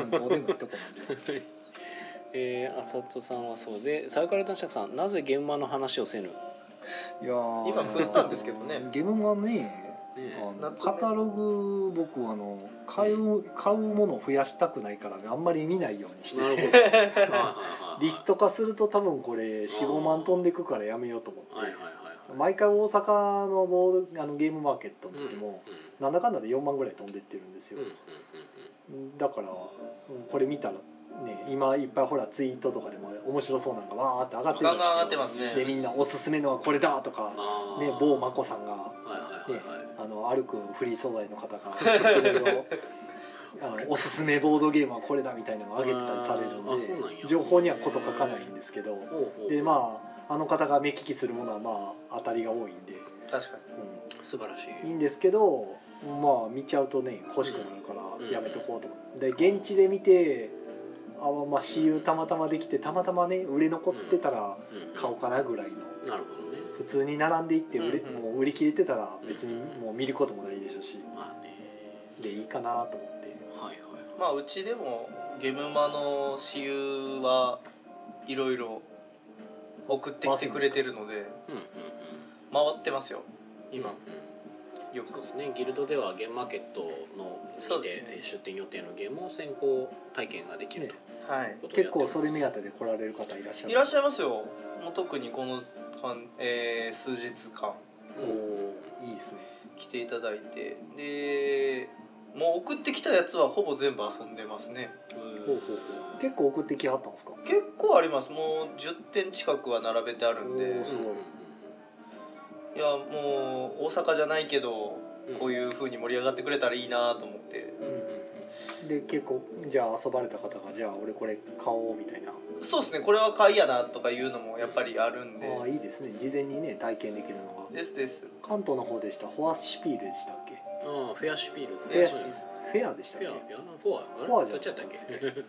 ら。うん、どうでもいいとこなんで。 えー、あさとさんはそうでさよから男爵さんなぜ現場の話をせぬ、ねいやー今振ったんですけどねゲームはねあの夏目カタログ僕はあの買う買うものを増やしたくないからあんまり見ないようにしてなるほてどはいはいはい リスト化すると多分これ45万飛んでくからやめようと思はいはいっはいはいて毎回大阪のボードあのゲームマーケットの時もうんうんなんだかんだで4万ぐらい飛んでってるんですうよんうんうんだからうんこれ見たらね今いっぱいほらツイートとかでも面白そうなんかわーって上がってるじゃガンガン上ながってます上いねですかでみんなおすすめのはこれだとかあーね某眞子さんがはいはいねはいはい、あの歩くフリー素材 の方がいろいろあのおすすめボードゲームはこれだみたいなのを上げてたりされるあーあそうなんんやで情報には事欠かないんですけどほうほうでまああの方が目利きするものはまあ当たりが多いんで、確かに素晴らしうん、いいいんですけどまあ見ちゃうとね欲しくなるからやめとこうと思って、で現地で見てあまあ私有たまたまできてたまたまね売れ残ってたらうん買おうかなぐらいのなるほどね普通に並んでいって売れ、うんうんもう売り切れてたら別にもう見ることもないでしょうしまあねでいいかなと思って。はいはいまあうちでもゲムマの私有はいろいろ送ってきてくれてるのでうんうん回ってますようん今よそうくですねギルドではゲームマーケットのそにうですてねえー出店予定のゲームを先行体験ができるとねはいいうことをや結っており構ますそれ目当てで来られる方いらっしゃるいらっしゃいますよもう特にこの間、えー数日間うんおーいいですね来ていただいてでもう送ってきたやつはほぼ全部遊んでますねうんほうほうほう結構送ってきはったんですか結構ありますもう10点近くは並べてあるんでおーすごいいやもう大阪じゃないけどうんこういう風に盛り上がってくれたらいいなと思ってうんうんうんで結構じゃあ遊ばれた方がじゃあ俺これ買おうみたいなそうですねこれは買いやなとかいうのもやっぱりあるんでああいいですね事前にね体験できるのがですです関東の方でしたフォアシピールでしたっけああフェアシピールフェアシシピーピールルフェアでしたっフェけアフェアなフォアあれフォアじゃどっちなやかったっったたっっけけ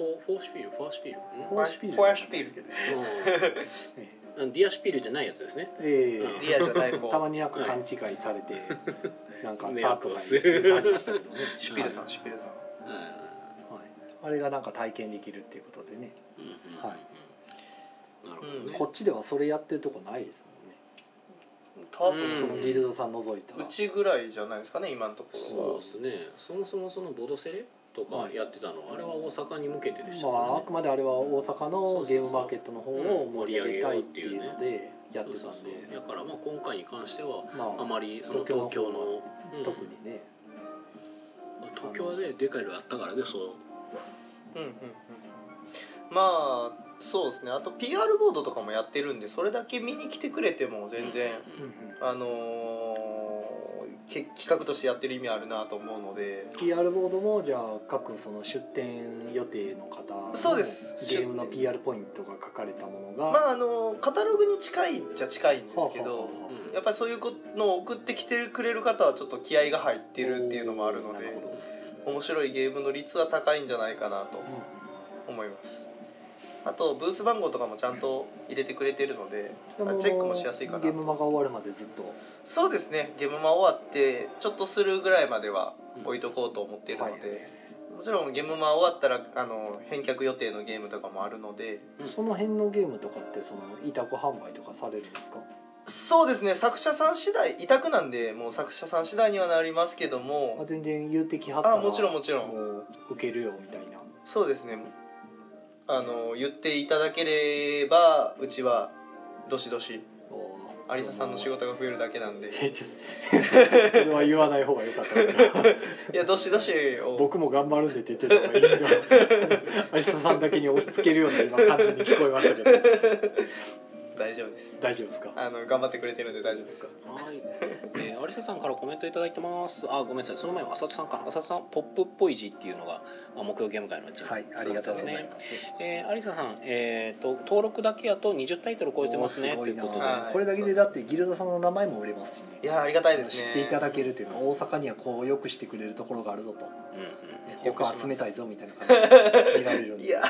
フォーフォーシピールフォアシピールんフォアシピールフォアシピールうんディアシピールじゃないやつですねえディアじゃないえ たま方になんか勘違いされて、なんか迷パッ惑とをかす言るうありましたけどね、シュピルさんシュピルさんうはい、あれがなんか体験できるっていうことでねんうんうんうんはなるほどねこっちではそれやってるとこないですもんね多う分んそのギルドさん覗いたうら、ちぐらいじゃないですかね今のとこそうろですねそもそもそのボドセレとかやってたのはあれは大阪に向けてでしたまからあ、あねくまであれは大阪そうそうそのうゲームマーケットの方を盛り上げたいっていううんの盛でやってたそうんそうそうでだからまあ今回に関してはまああまりその東京東の方京はのうん特にね東京はねでかいのあったからねそうはうんうんうんまあそうですねあと PR ボードとかもやってるんでそれだけ見に来てくれても全然うんうんあのーけ企画としてやってる意味あるなと思うので PR ボードもじゃあ各その出店予定の方のそうですゲームの出店 PR ポイントが書かれたものが、まああのーカタログに近いっちゃ近いんですけはあはどあはあうんやっぱりそういうのを送ってきてくれる方はちょっと気合が入ってるっていうのもあるのおーなでるほど面白いゲームの率は高いんじゃないかなとうんうん思いますあとブース番号とかもちゃんと入れてくれてるのででチェックもしやすいかなとゲームマが終わるまでずっとそうですねゲームマ終わってちょっとするぐらいまでは置いとこうと思っているのはいで、もちろんゲームマ終わったらあの返却予定のゲームとかもあるのでその辺のゲームとかってその委託販売とかされるんですかそうですね作者さん次第委託なんでもう作者さん次第にはなりますけどあも全然言うてきはったらあもちろんもちろんもう受けるよみたいなそうですねあの言っていただければうちはどしどし有沙さんの仕事が増えるだけなんで えちょっと それは言わない方が良かったないやどしどしを僕も頑張るんでって言ってた方がいいん じゃない有沙さんだけに押し付けるような今感じに聞こえましたけど大丈夫です大丈夫ですかあの頑張ってくれてるんで大丈夫ですかはい、えー、有沙さんからコメントいただいてます。あ、ごめんなさい、その前は浅田さんか、浅田さん、ポップっぽい字っていうのが、あ、木曜ゲーム会のうちに。はいありがとうございす。ますえー、有沙さん、えーと、登録だけやと、20タイトル超えてますね。おーとごいいうなことで。はこれだけでだってギルドさんの名前も売れますしいねやありがたいです知ねっていただけるというのは大阪にはこうよくしてくれるところがあるぞとうん、よくしま他す集めたいぞみたいな感じ で見られるんでいや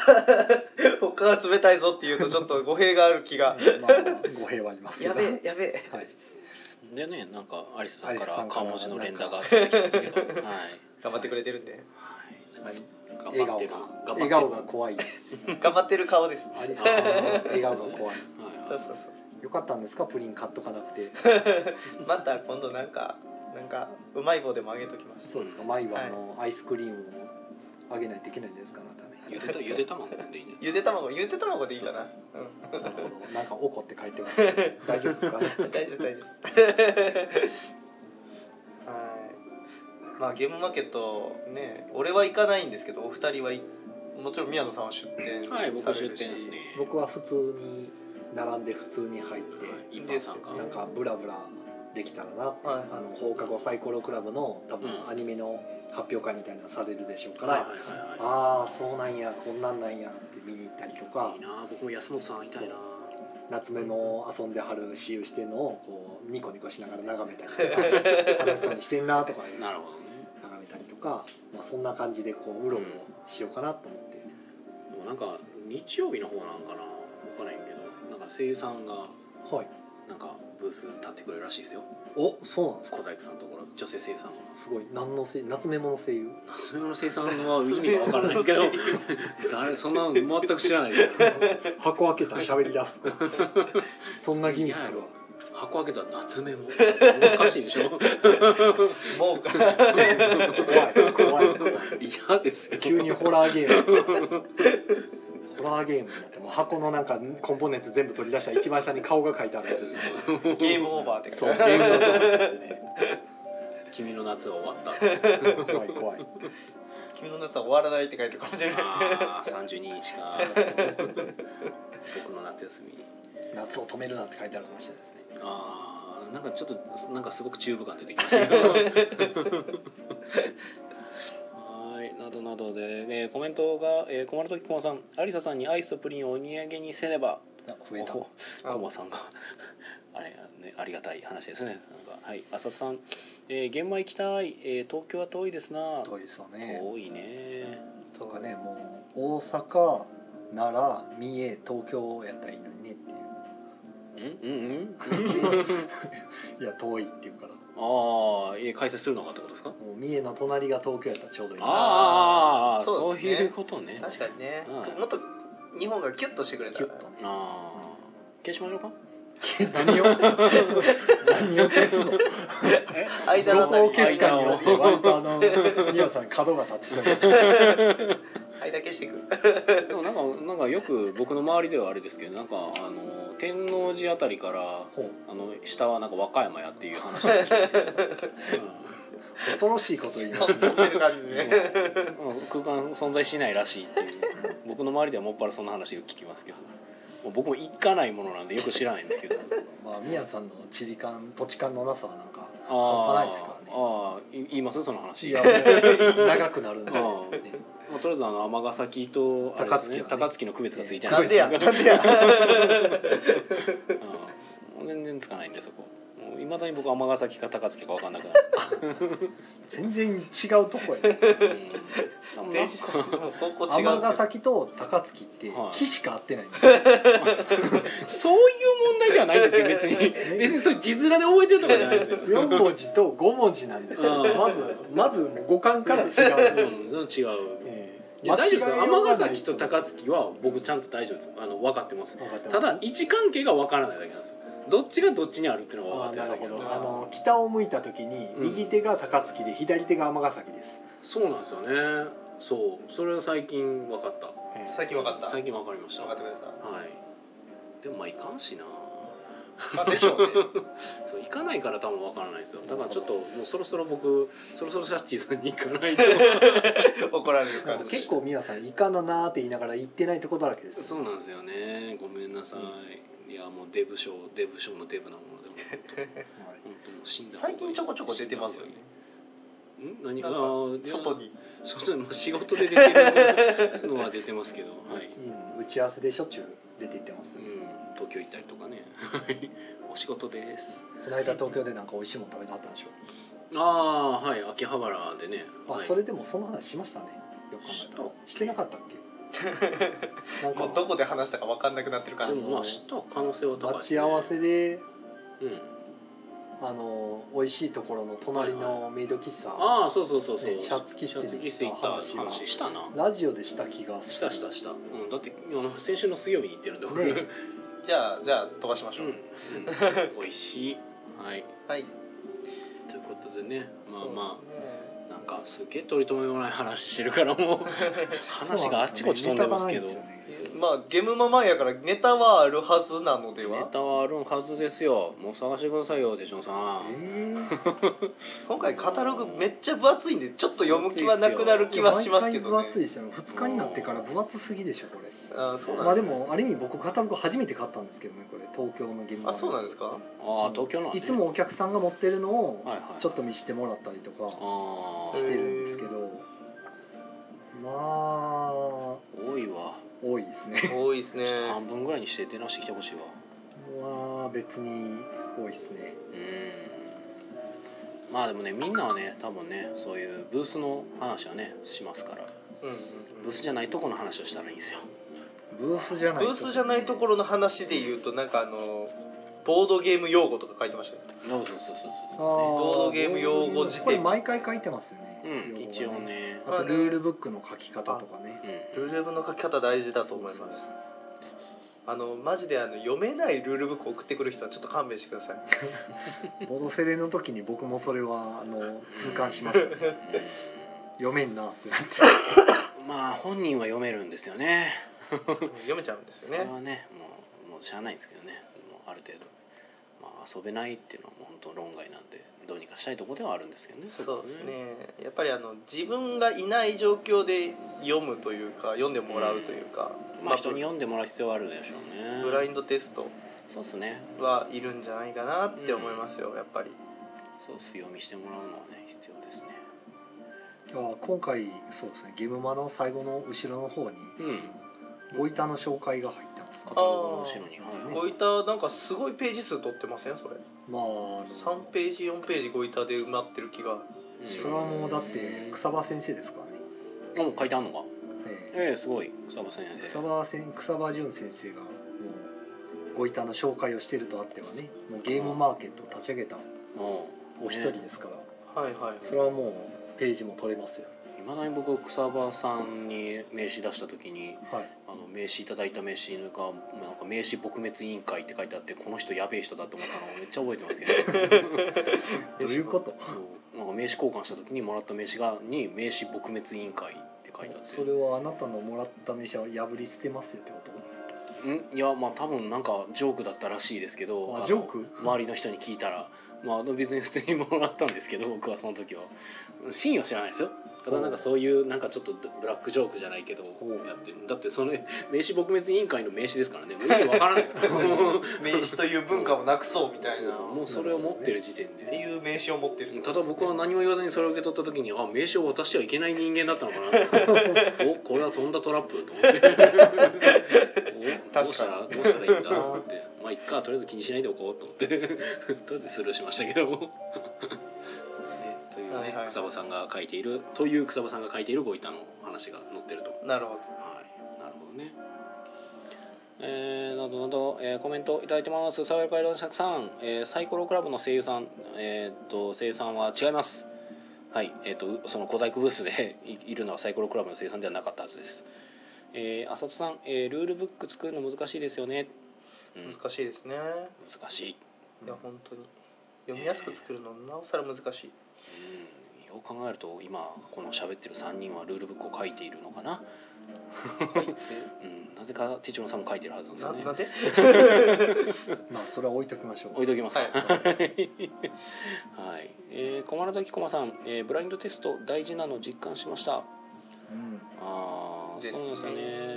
他が冷たいぞっていうとちょっと語弊がある気がまあ語弊はありますけやどべえやべえはいうん。でね、なんか、有沙さんか有沙さら、んか顔ら文字の連打があったんですけど。はい。頑張ってくれてるんではい。頑張笑顔ってがる。笑頑張顔ってが怖い頑張ってる顔です 有沙さんの笑る。顔が怖いそうはそうそよかったんですかプリン買っとかなくてうまた今度なんかなんかうまい棒でもあげときますそうですか毎晩のアイスクリームをあげないといけないんじゃないですかまたい。ゆねでた、ゆで卵で いいね。ゆで卵ゆで卵でいいかなそうなるほどなんか「おこ」って書いてます けど大丈夫ですかねうん 大丈夫大丈夫です はいまあゲームマーケットね俺は行かないんですけどお二人は行もちろん宮野さんは出店はい、僕さはれ出店るでし、すね。僕は普通に並んで普通に入ってはい。一般参加。なんかブラブラできたらなはいあの放課後サイコロクラブの多うん分アニメの発表会みたいなのされるでしょうかはいらはいはいはああそうなんやこんなんなんやって見に行ったりとい。かいいな、僕も安本さん会いたいな。夏目も遊んではる私有してんのをこうニコニコしながら眺めたり とか楽しそうにしてんなとかなるほどね眺めたりとか、まあ、そんな感じでこううろうろしようかなと思って、でもなんか日曜日の方なんかな分からへんけどなんか声優さんがはいなんかブース立ってくれるらしいですよおそうなんですか小細工さんのところ女性声優さんがすごい何のせい夏目もの声優夏目の生 産は意味が分からないです けど誰そんなの全く知らないけど箱開けたら喋り 出すそんなギミックは箱開けたら夏目もおかしいでしょ もうか怖い怖い怖い嫌ですよ急にホラーゲームホラーゲームになってもう箱のなんかコンポーネント全部取り出したら一番下に顔が書いてあるやつゲームオーバーってそう感ゲームのとこってね君の夏は終わった怖い怖いじ君の夏は終わらないって書いてるかもしれないああ32日か僕の夏休み夏を止めるなんて書いてある話ですねああなんかちょっとなんかすごくチューブ感出てきましたけどはいなどなどで、えーコメントが、えー、小丸時こまさん「ありささんにアイスとプリンをお土産にせねば」あ増えたおコマさんがあれ、ね、ありがたい話ですねなんかはい浅田さん、えー「玄米行きたい、えー東京は遠いですな」遠いですよね遠いねとかねもう大阪奈良三重東京やったらいいのにねってうんいうん ういや遠いっていうからうんああえー解説するのかってことですかもう三重の隣が東京やったらちょうどいいなあーあーあーそそううですねいうことね確かにね、うんもっと日本がキュッとしてくれたキュらッとねああ消しましょうか 何を何を消すのえ間のどあこたを消すりかによって間を割とあの宮野さん角が立ってた間消していくでもなんかなんかよく僕の周りではあれですけどなんかあの天王寺あたりからほうあの下はなんか和歌山やっていう話を聞いてますけど恐ろしいこと言います飛ってる感じでねうんまあ空間存在しないらしいっていう僕の周りではもっぱらその話を聞きますけどもう僕も行かないものなんでよく知らないんですけどまあ宮野さんの地理感土地感のなさはなんかあ半端ないですーからねあーい言いますその話いやもう長くなるんで、ね、まあ、とりあえずあの尼崎とあれです、ね、高槻はね高槻の区別がついてな ないん でやなんでやうんもう全然つかないんでそこいまだに僕は尼崎か高槻か分かんなくなる、全然違うとこやねうん 電子なんか方向違う尼崎と高槻ってはい木しか合ってないんですよそういう問題ではないんですよ別に別にそれ字面で覚えてるとかじゃないですよ、 4文字と5文字なんですようんまずまずもう五感から違う、 うん、その違うええいや大丈夫ですよ尼崎と槻高槻は僕ちゃんと大丈夫ですあの分かってますたただだ位置関係が分からないだけなんですよどっちがどっちにあるっていうのが分かあってなーないるだけほなんでどあの北を向いた時にうん右手が高槻で左手が尼崎です、そうなんですよねそうそれは最近分かったええ最近分かった最近分かりました分かってくれたはいでもまあいかんしなまあでしょうねそう行かないから多分わからないですよだからちょっともうそろそろ僕そろそろシャッチーさんに行か ないと怒られる感じ結構皆さん「いかのな」って言いながら行ってないとこだらけですそうなんですよねごめんなさい、いやもうデブ賞デブ賞のデブなものでもはい本当もう死んだ方がい最い近ちょこちょこ出てますよねん何がなんか外に外にもう仕事で出てるのは出てますけどはい、うん打ち合わせでしょっちゅう出て行ってます、うん、東京行ったりとかねお仕事ですこの間東京でなんか美味しいもの食べたかったんでしょああはい秋葉原でねあ、はいそれでもその話しましたねよく考えたらしてなかったっ けなんかもうどこで話したか分かんなくなってる感でじもまあ知った可能性は高い待ですちね合わせでうんあの美味しいところの隣のメイド喫茶、ああそうそうそうそう、ねシャツ着シャツて着ねて行った話あ話はしたなラジオでした気がするしたしたした、うん、だってあの先週の水曜日に行ってるんで僕、ねじゃあじゃあ飛ばしましうょん、うう、ん、美味しいはいはいということでねまあまそうですねあなんかすげえ取り留めもない話してるから もう 話があっちこっち飛んでますけどネネタタがないんですよねまあゲームママやからネタはあるはずなのでははあるはずですよもう探してくださいよ手順さ んえー今回カタログめっちゃ分厚いんでちょっと読む気はなくなる気はしますけど毎ね回分厚いし2日になってから分厚すぎでしょこれあそうまなあんでですもある意味僕カタログ初めて買ったんですけどねこれ東京の現場あそうなんですかああ東京の、ね、いつもお客さんが持ってるのをはいはいちょっと見してもらったりとかしああてるんですけどまあ多いわ多いですね多いですね 半分ぐらいにして出直してきてほしいわは別に多いっすねうんまあでもねみんなはね多分ねそういうブースの話はねしますからうんうんブースじゃないとこの話をしたらいいんですよブースじゃないブースじゃないところの話で言うとなんかあのボードゲーム用語とか書いてましたよねそうそうそうそうあーそボードゲーム用語辞典これ毎回書いてますよねう、ね、うん一用応語がねあとルールブックの書き方とか ねうんルール文の書き方大事だと思いますあのマジであの読めないルールブック送ってくる人はちょっと勘弁してくだ さいボドセレの時に僕もそれはあの痛感しま した、ね、読めんなってなってまあ本人は読めるんですよね読めちゃうんですそよれねはねもうもうしゃあないんですけどねもうある程度、まあ、遊べないっていうのはもう本当論外なんでどうにかしたいとこではあるんですけどねこそはうですねやっぱりあの自分がいない状況で読むというか読んでもらうというか、まあ人に読んでもらう必要はあるでしょうねブラインドテストそうっすねはいるんじゃないかなって思いますよ、やっぱりそうっす読みしてもらうのはね必要ですねあ今回そうですねゲームマの最後の後ろの方にうんボイタの紹介が入ってますカタログの後ろにはいごいたなんかすごいページ数取ってませんそれまああの3ページ4ページごいたで埋まってる気がうんそれはもうだって草場先生ですからね、あもう書いてあんのかええええすごい草場先生草場先草場淳先生がもうごいたの紹介をしてるとあってはねもうゲームマーケットを立ち上げたうんお一人ですから、はいはいそれはもうページも取れますよいまだに僕草場さんに名刺出した時にはいあの名刺いただいた名刺がなんか名刺撲滅委員会って書いてあってこの人やべえ人だと思ったのをめっちゃ覚えてますけど どういうことそうなんか名刺交換した時にもらった名刺がに名刺撲滅委員会って書いてあってそれはあなたのもらった名刺は破り捨てますよってことんいやまあ多分なんかジョークだったらしいですけどあのジョーク周りの人に聞いたらまああの別に普通にもらったんですけど 僕はその時は真意は知らないですよただなんかそういうなんかちょっとブラックジョークじゃないけどおうやってるだってそれ名刺撲滅委員会の名刺ですからねもう意味わからないです からそう 名刺という文化をなくそうみたい なそうっもうそれを持ってる時点てでいう名刺を持ってるただ僕は何も言わずにそれを受け取った時にあ名刺を渡してはいけない人間だったのかな おこれはとんだトラップと思っておどうしたらどうしたらいいんだろうってまあいっかとりあえず気にしないでおこうと思って とりあえずスルーしましたけども、ね、というね、はいはい草場さんが書いているという草場さんが書いているご板の話が載ってるとなるほどはい、なるほどね。えー、などなど、えーコメントいただいてます。サワヤカイロンシャクさん、えーサイコロクラブの声優さん、えーっと声優さんは違います。はい、えーっとその小細工ブースで いいるのはサイコロクラブの声優さんではなかったはずです。えー、浅田さん、えールールブック作るの難しいですよね。うん、難しいですね難しい。いや本当に読みやすく作るのなおさら難しいうん、よく考えると今この喋ってる3人はルールブックを書いているのかな、うん、なぜか手帳さんも書いてるはずなんですなよねなんで まあそれは置いときましょう置いときますはかい はい、えー、駒の時駒さん、えー、ブラインドテスト大事なの実感しました うんああ、ですねそうです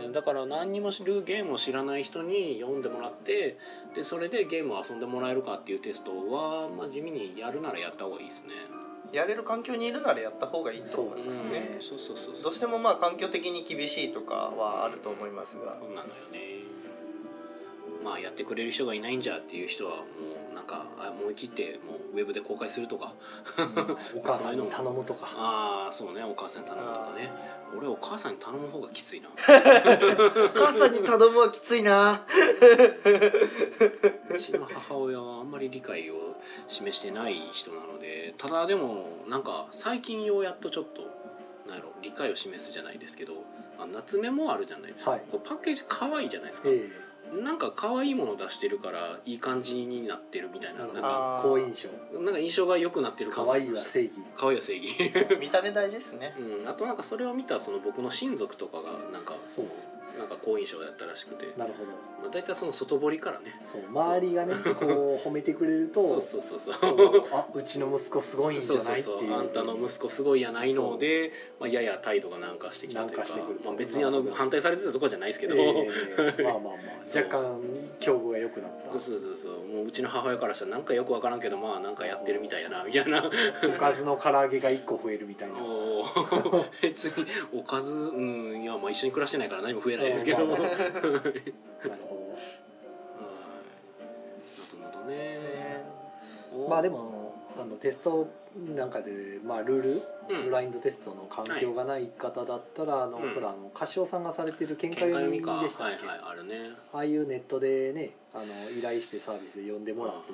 ねだから何にも知るゲームを知らない人に読んでもらってでそれでゲームを遊んでもらえるかっていうテストは、まあ、地味にやるならやった方がいいですねやれる環境にいるならやった方がいいと思いますねうんそうそうそうどそううしてもまあ環境的に厳しいとかはあると思いますがそうなのよねまあやってくれる人がいないんじゃっていう人はもうなんかあ思い切ってもうウェブで公開するとかお母さんに頼むとかああそうねお母さんに頼むとかね俺お母さんに頼む方がき ついなお母さんに頼むはきついなうちの母親はあんまり理解を示してない人なのでただでもなんか最近ようやっとちょっとなんやろ理解を示すじゃないですけどあ夏目もあるじゃないですか、はいこうパッケージ可愛いじゃないですか、えなんか可愛いもの出してるからいい感じになってるみたいえなななるんほどかあー好印象なんか印象が良くなってる感可があ愛りいまはした正義可愛いは正義 見た目大事ですねうんあとなんかそれを見たその僕の親族とかがなんかそのなんか好印象だったらしくて、なるほどまあ、大体その外堀からねそう周りがねこう褒めてくれ るそうとそうそうそうこうあうちの息子すごいんじそゃうそなういってそいううあんたの息子すごいやないので、まあ、やや態度が軟化してきたというか軟化してくるとまあ、別にあの反対されてたとかじゃないですけど、ええまあまあまあそう若干境遇が良くなっそうそうそうもううちの母親からしたらなんかよく分からんけどまあなんかやってるみたいやなみたいなたおかずの唐揚げが1個増えるみたいなおー別におかずうんいやまあ一緒に暮らしてないから何も増えないですけどうんまあはいなるほまあでもあのテストなんかで、まあ、ルール、うんブラインドテストの環境がない方だったら、あのうんほらあの柏尾さんがされてる見見解解読読みみかでしたっはいけ、はいあるねああいうネットでねあの依頼してサービスで呼んでもらってって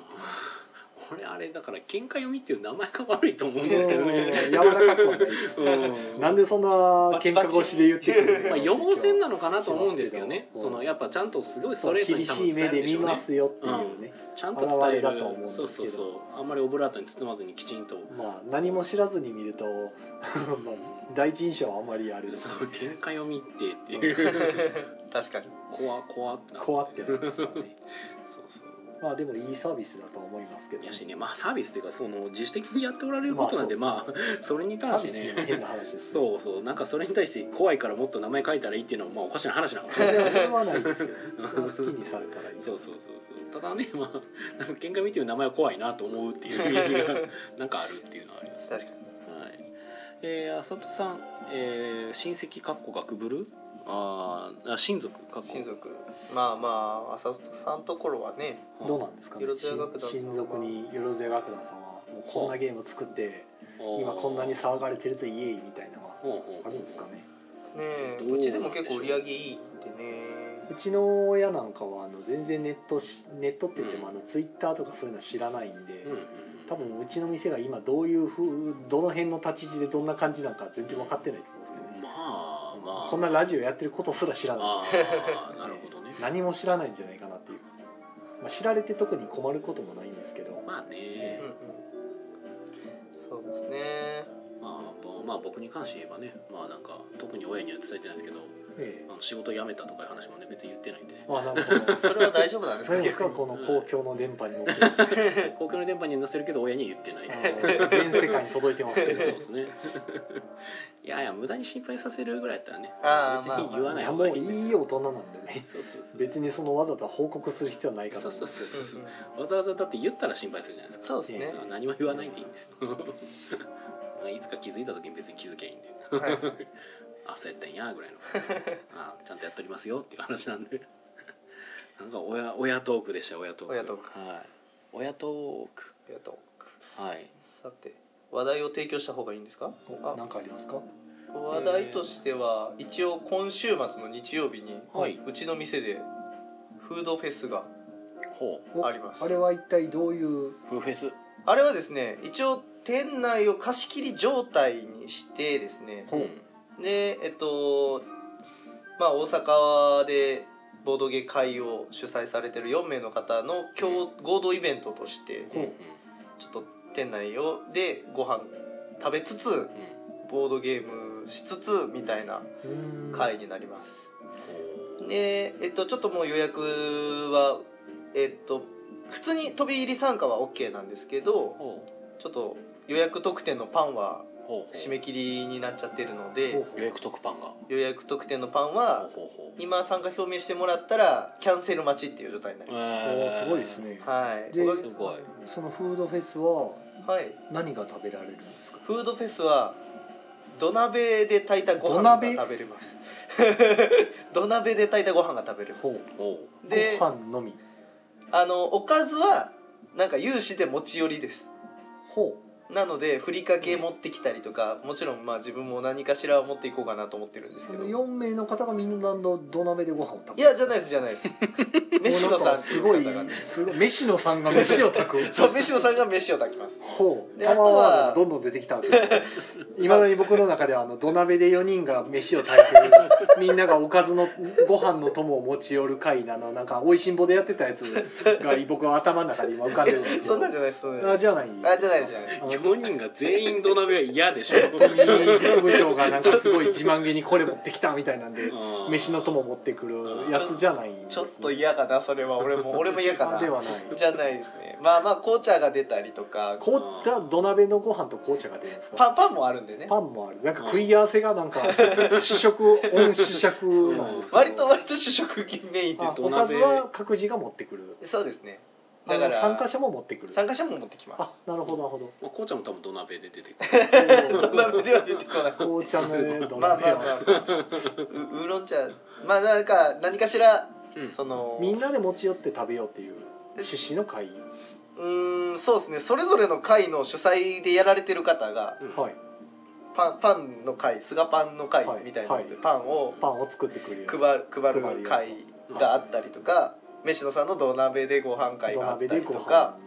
俺あれだから見解読みっていう名前が悪いと思うんですけどねうん柔らかくはないですうんなんでそんな喧嘩越しで言ってくるんだまよあ、要請なのかなと思うんですけどねう、んそのやっぱちゃんとすごいスそトうレート厳に多し分い伝え目るんででしょ見うまね。すよっていうね、ちゃんと伝え現れるだと思うんですけそうどそうそうあんまりオブラートに包まずにきちんとまあ何も知らずに見ると、 まあ、第一印象はあまりあれですそう限界を見てっていう 確かに怖怖ってな怖ってなりますからねそうそうまあでもいいサービスだと思いますけど、いやしねまあサービスっていうかその自主的にやっておられることなんでままあ それにサ関ーしビてスねの変な話ですねそうそうなんかそれに対して怖いからもっと名前書いたらいいっていうのはまあおかしな話なのかもしれないそれはないですけどねでも好きにされたらいいそうそうそうそうただねまあなんか喧嘩見てる名前は怖いなと思うっていうイメージが なんかあるっていうのはあります確かにはい。えー、あさとさん、えー、親戚かっこ学ぶる？あーあ、親族かっこ。親族まあまあ浅戸さんところはねあー。どうなんですかねよろずや楽団さんは親親族によろずや楽団さんはもうこんなゲーム作ってあー今こんなに。騒がれてるぜイエイみたいなのはほうほうあるんですかねねえどうなんでしょううちでも結構売り上げいいってねうちの親なんかはあの全然ネットしネットって言ってもあのツイッターとかそういうのは知らないんで、うんうんうん。多分うちの店が今どういうふうどの辺の立ち位置でどんな感じなんか全然分かってないと思うんですけどね、まあまあ。こんなラジオやってることすら知らない。ああ、なるほどね何も知らないんじゃないかなっていう、まあ、知られて特に困ることもないんですけどまあうねんう、んそうですねまあぼまあ僕に関して言えばね、まあなんか特に親には伝えてないですけど、ええあの仕事辞めたとかいう話もね別に言ってないんでね。あなるほどそれは大丈夫 なんです何かです逆かにこの公共の電波に乗ってるあ公共の電波に載せるけど親には言ってない。の全世界に届いてますけどそうですね。いやいや無駄に心配させるぐらいだったらね、ああ別まあ。に言わいないや方もがういいんですいいよ。大人なんでねそうそうそう。別にそのわざわざ報告する必要はないからそうそうそうそうそううんうんわざわざだって言ったら心配するじゃないですか。そうですねだから何も言わないでいいんですよ。まあいつか気づいた時に別に気づけばいいんで。はいあ、そうやったんやぐらいの。あ、ちゃんとやっておりますよっていう話なんで。なんか親親トークでした親トーク。親トークはい。親トーク。えっとはい。さて話題を提供した方がいいんですかおなんかありますか話題としては一応今週末の日曜日にはいうちの店でフードフェスがほう。おありますあれは一体どういうフーフェス。あれはですね一応店内を貸し切り状態にしてですねほうでえっとまあ大阪でボードゲ会を主催されてる4名の方の共合同イベントとしてうん。うん。ちょっと店内をでご飯食べつつうん。ボードゲームしつつみたいなうーん会になります。ほで、えっと、ちょっともう予約は、えっと、普通に飛び入り参加は OK なんですけどう。ほちょっと予約特典のパンはう。ほう。締め切りになっちゃってるのほうでほう予約特番が。ほ予約特典のパンはうほうほう。今参加表明してもらったらキャンセル待ちっていう状態になりえまおーすごいです。ねす。はいでおかげすごい。そのフードフェスははい何が食べられるんですかフードフェスは土鍋で炊いたご土飯が鍋食べれます 土鍋で炊いたご飯が食べれますほうほう。でご飯のみあのおかずはなんか有志で持ち寄りですほなのでふりかけ持ってきたりとかもちろんまあ自分も何かしらは持っていこうかなと思ってるんですうけそどのい4名の方がみんなの土鍋でご飯を炊くやじゃないですじゃ ないです飯野さんっていすうごい方がねすごい飯野さんが飯を炊くそう飯野さんが飯を炊きますほうでパワーあとはワードがどんどん出てき たわけいまだに僕の中ではあの土鍋で4人が飯を炊いてみんながおかずのご飯の友を持ち寄る会なのなんかおいしんぼでやってたやつが僕は頭の中で今浮かんでるんですけど そんなんじゃないですそんなんじゃなあいじゃないあじゃないですじゃないです四人が全員土鍋は嫌でしょ。部長がなんかすごい自慢げにこれ持ってきたみたいなんで飯の友持ってくるやつじゃないちょっと嫌かなそれは俺も俺も嫌かあでなはないじゃないですねまあまあ紅茶が出たりとかこうだ土鍋のご飯と紅茶が出るんですかパンパンもあるんでねパンもあるなんか食い合わせがなんか試食温試食なんですけど割と割と主食メインであす土おかず鍋は各自が持ってくるそうですねだかだからら参加者も持ってくる参加者も持ってきまあすなるほどなるほどまあ、こうちゃんも多分土鍋で出てくる。土鍋では出てこない紅茶の土まあ鍋まあはすごいまあ うウーロン茶まあなんか何かしらうんそのみんなで持ち寄って食べようっていう趣旨の会うーんそうですねそれぞれの会の主催でやられてる方がうんはいパンパンの会菅パンの会はいみたいなので、はパンをパンを作ってくれる配る配る配る会があったりとか飯野さんの土鍋でご飯会土があっ鍋たでりごと飯か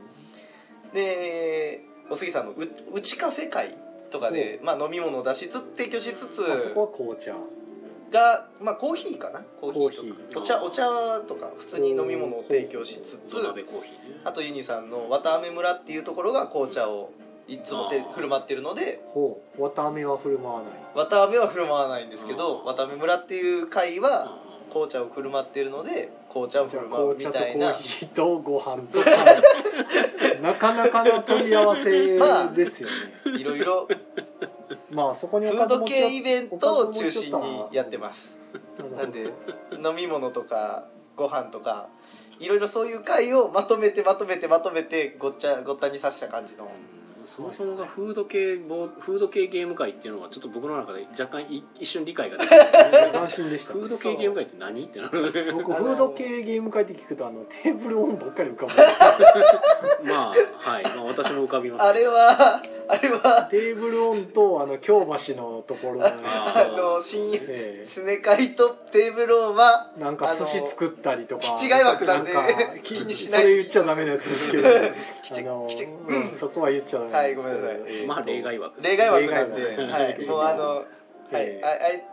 でお杉さんのううちカフェ会とかで、まあ、飲み物を出しつつ提供しつつあそこは紅茶が、まあ、コーヒーかなコーヒーヒーコーとかお茶お茶とか普通に飲み物を提供しつつ土鍋コーヒーねあとユニさんの綿飴村っていうところが紅茶をいつもてあー振る舞ってるのでほう綿飴は振る舞わない綿飴は振る舞わないんですけあどー綿飴村っていう会うんは紅茶を振る舞ってるので紅茶を振る舞うみ紅茶とコたいなーヒーとご飯となかなかの取り合わせですよね、いろいろまあ、そこに フおかーずド持ち系イベントを中心にやっすてますななるんほどで飲み物とかご飯とかいろいろそういう会をまとめてまとめてまとめてごっちゃごったにさせた感じのうんそもそもがフード系ボーフード系ゲーム会っていうのはちょっと僕の中で若干い一瞬理解ができない斬新でしたねフード系ゲーム会って何ってなる僕あのフード系ゲーム会って聞くとあのテーブルオンばっかり浮かぶまあはい、まあ、私も浮かびますあれはあれは テーブルオンとあの京橋のとこ ろのああの親友えスネ会とテーブルオンはえなんか寿司作ったりとか気違い枠なんでなんか 気にしないそれ言っちゃダメなやつですけど きちあのきちうんそこは言っちゃダメですけどはいごめんなさいええまあ例外枠例外枠なんで、例外枠はい、もうあの、はえい、え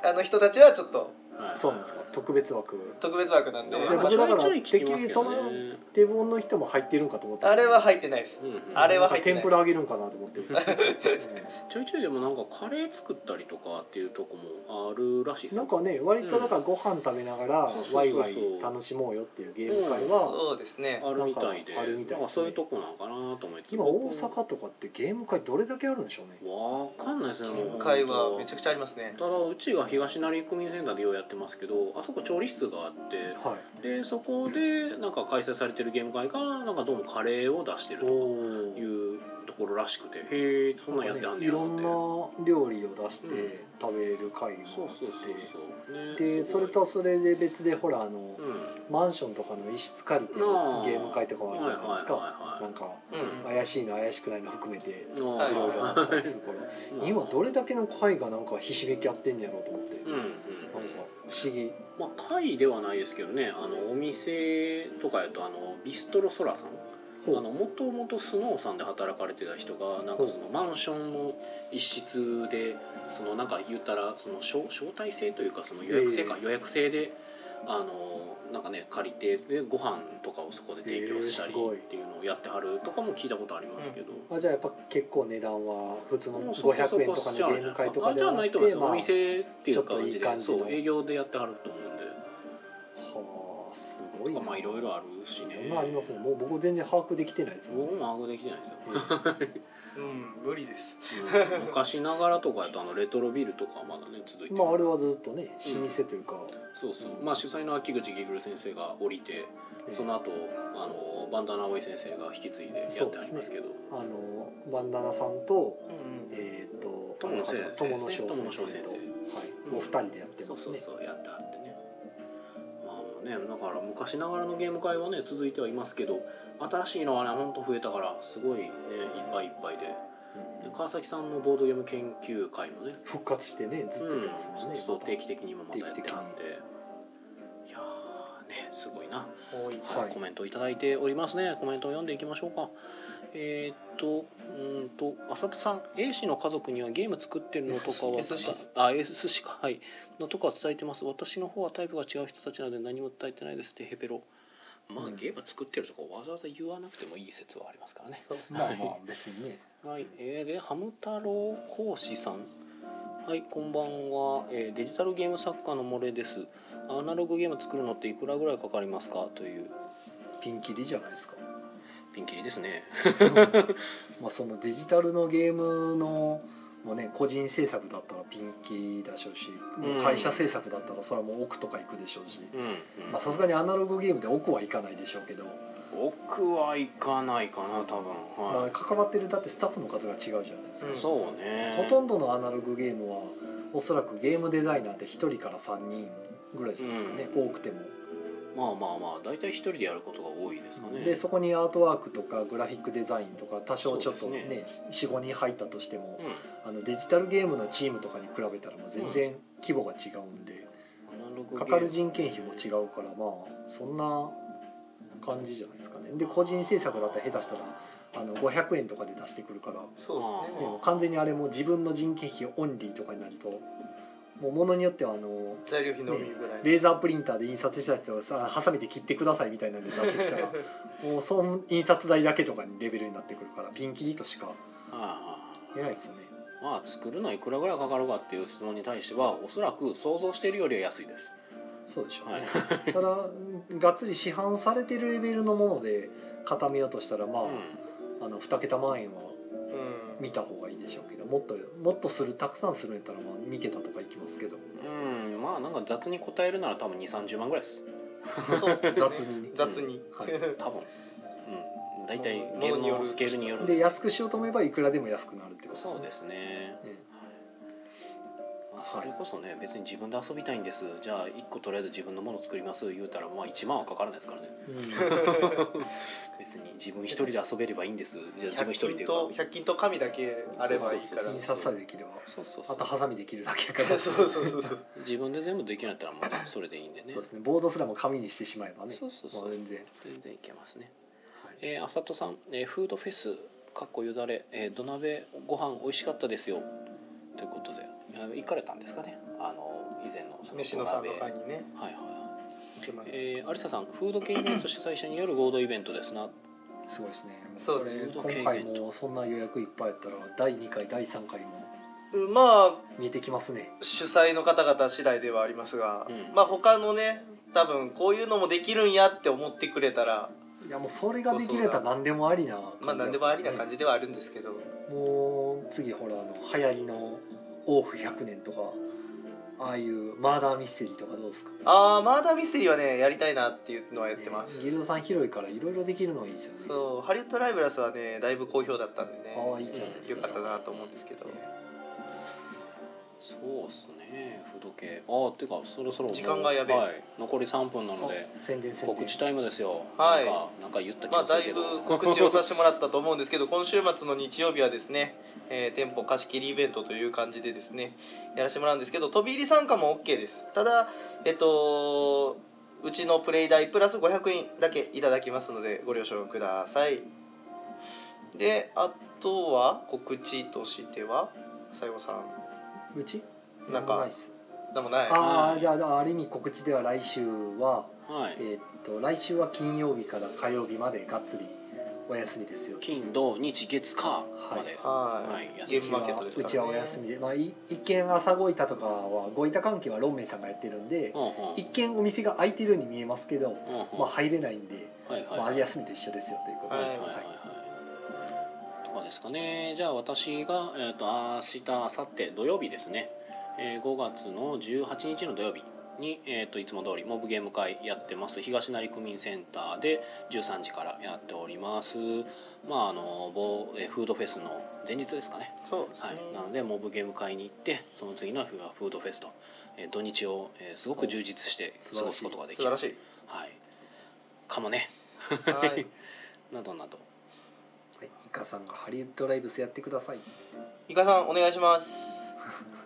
あああの人たちはちょっとはいそうなんですか特別枠特別枠なんで、でもいなやん僕かだちかょらいちょい聞きますけどねてっきテーブルオンの人も入ってるんかと思ったあれは入ってないです。うんうんあれは入ってななんか天ぷいらあげるんかなと思 ってるちょいちょいでもなんかカレー作ったりとかっていうとこもあるらしいですなんかね割とだからご飯食べながらうんワイワイそうそうそう楽しもうよっていうゲーム会はそうですね。あるみたいでなんかあるみたいですねなんかそういうとこなんかなと思って今大阪とかってゲーム会どれだけあるんでしょうねわかんないですねもう今回はめちゃくちゃありますね。ただうちが東成区民センターでようやってますけどあそこ調理室があってはいでそこでなんか開催されてるゲーム会がなんかどうもカレーを出してるおとおかいうところらしくてへえそんなんやってはんねいやろろんってな料理を出してうん食べる会もそうあそうそうっそう、ね、てですそごいれとそれで別でほらあのうんマンションとかの一室借りてゲあーム会とかもあるじゃないですかはいはいはいはいなんかううんん。怪しいの怪しくないの含めてあーはいいろいろあったりするからうん今どれだけの会がなんかひしめき合ってんやろうと思って、うんうなんんか不思議まあ会ではないですけどねあのお店とかやとあのビストロソラさんほうあのもともとスノーさんで働かれてた人がなんかそのマンションの一室でそのなんか言ったらその招招待制というかその予約制か、え予約制であのなんかね借りてでご飯とかをそこで提供したりえーすごいっていうのをやってはるとかも聞いたことありますけど、あじゃあやっぱ結構値段は普通のもうそこそこ500円とかのゲーム会とかあでじゃあはなないくと思いてます、お店っていう感じでちょっといい感じのそう営業でやってはると思うんではあすごいとなかまあいろいろあるしねいろんなありますねもう僕全然把握できてないですもん僕も把握できてないですようん、無理です。うん昔ながらとかやとあのレトロビルとかはまだね続いてるまああれはずっとね老舗というか、そうそうまあ主催の秋口ギグル先生が降りてえーその後あのバンダナ葵先生が引き継いでやってありますけどあのバンダナさんとうん。えっ、と友野先生友野翔友野先翔生先と生はいうんお二人でやってそうますそうねそうやってあってねまあもうねだから昔ながらのゲーム会はね続いてはいますけど新しいのはねほんと増えたからすごいねいっぱいいっぱいでうんで川崎さんのボードゲーム研究会もね復活してねずっとやってますもんうね、ん、そうまた定期的にもまたやってあっていやーねすごいな、多い。はいコメントいただいておりますねコメントを読んでいきましょうかえーっとうーんと浅田さん A 氏の家族にはゲーム作ってるのとかは S 氏あ S 氏かはいのとかは伝えてます私の方はタイプが違う人たちなので何も伝えてないですってヘペロまあ、うんゲーム作ってるとかわざわざ言わなくてもいい説はありますからねそうですね。まあまあ別にねはい、えー、でハム太郎講師さんはいこんばんは、えーデジタルゲーム作家の漏れですアナログゲーム作るのっていくらぐらいかかりますかというピンキリじゃないですかピンキリですねまあそのデジタルのゲームのもうね個人制作だったらピンキリだしょうし、もううん会社制作だったらそれはもう億とかいくでしょうしうん、まあさすがにアナログゲームで億はいかないでしょうけど、奥はいかないかな多分まはあ、い、関わってるだってスタッフの数が違うじゃないですか、うんそうねほとどんどのアナログゲームはおそらくゲームデザイナーで1人から3人ぐらいじゃないですかね、多くてもまあまあまあ大体一人でやることが多いですかねでそこにアートワークとかグラフィックデザインとか多少ちょっとそうでねす45人入ったとしてもうんアあのデジタルゲームのチームとかに比べたらもう全然規模が違うんで、ナログゲかームかる人件費も違うからまあそんな感じじゃないですかねで個人制作だったら下手したらあの500円とかで出してくるから、ね、そうですねあー完全にあれも自分の人件費オンリーとかになるともうものによってはあの材料費のみぐらい、レーザープリンターで印刷したやつをさハサミで切ってくださいみたいなんで出してきたらもうその印刷代だけとかにレベルになってくるからピンキリとしかあ出ないですよねあまあ作るのいくらぐらいかかるかっていう質問に対してはおそらく想像しているよりは安いですそうでしょうはいね、ただうんがっつり市販されてるレベルのもので固めようとしたらまあ、うあの2桁万円はうん、見た方がいいでしょうけどもっともっとするたくさんするんやったらまあ2桁とかいきますけどん、うん、まあなんか雑に答えるなら多分2 3 0万ぐらいですそうですね雑にね雑に、はい多分うん大体ゲームのスケールによるんでです安くしようと思えばいくらでも安くなるってことですねそうですねねまあそれこそね別に自分で遊びたいんですじゃあ1個とりあえず自分のもの作ります言うたらまあ1万はかからないですからね別に自分一人で遊べればいいんですじゃあ自分100一人均でと100均と紙だけあればいいからうん、印刷さえできればそうそうそあうとハサミできるだけやからそうそうそうそう自分で全部できるんやったらもうそれでいいんでね そうですねボードすらも紙にしてしまえばねそうそうそうまあ、全然、全然いけますねはいえー、あさとさん、えーフードフェスかっこよだれ、えー土鍋ご飯美味しかったですよということであ行かれたんですかねあの以前のそ飯野さんのはい会にねはい行きましたえー、アリサさんフード系イベント主催者による合同イベントですなすごいですねそうですこれ今回もそんな予約いっぱいやったら第2回第3回もまあ見えてきますね主催の方々次第ではありますが、うんまあ他のね多分こういうのもできるんやって思ってくれたらいやもうそれができれたら何でもありな感じまあ何でもありな感じではあるんですけど、もう次ほらあの流行りのオフ100年とかああいうマーダーミステリーとかどうですかああマーダーミステリーはねやりたいなっていうのはやってます、ギルドさん広いからいろいろできるのはいいですよねそうハリウッドライブラスはねだいぶ好評だったんでねああいいじゃないですかよかったなと思うんですけどそうっすねフード系ああてかそろそろもう時間がやべえはい、残り3分なので宣伝宣伝告知タイムですよはいなんかなんか言った気まあがすだるいけぶど、告知をさせてもらったと思うんですけど今週末の日曜日はですね、えー店舗貸し切りイベントという感じでですねやらせてもらうんですけど飛び入り参加も OK ですただえっとうちのプレイ代プラス500円だけいただきますのでご了承くださいであとは告知としては西郷さうちんなんかいっす何もないああじゃあある意味告知では来週は はいえーっと来週は金曜日から火曜日までがっつりお休みですよ金土日月火まで、ははいい、やゲームマーケットですかうら、ね、ちはお休みで、まあ、い一見朝ごいたとかはごいた関係はロンメイさんがやってるんでうんうん一見お店が開いてるように見えますけど、うんうんまあ、入れないんで、はいはいまあ、休みと一緒ですよということで、ははいいはいはいはいとかですかねじゃあ私が、えー、と明日明後日土曜日ですね、えー5月の18日の土曜日に、えー、といつも通りモブゲーム会やってます東成区民センターで13時からやっておりますまああの某えーフードフェスの前日ですかねそうですね、はい、なのでモブゲーム会に行ってその次の日はフードフェスと、えー土日を、えーすごく充実して過ごすことがで素き晴るらしいはい、かもねはいなどなどはい、イカさんがハリウッドライブスやってくださいイカさんお願いします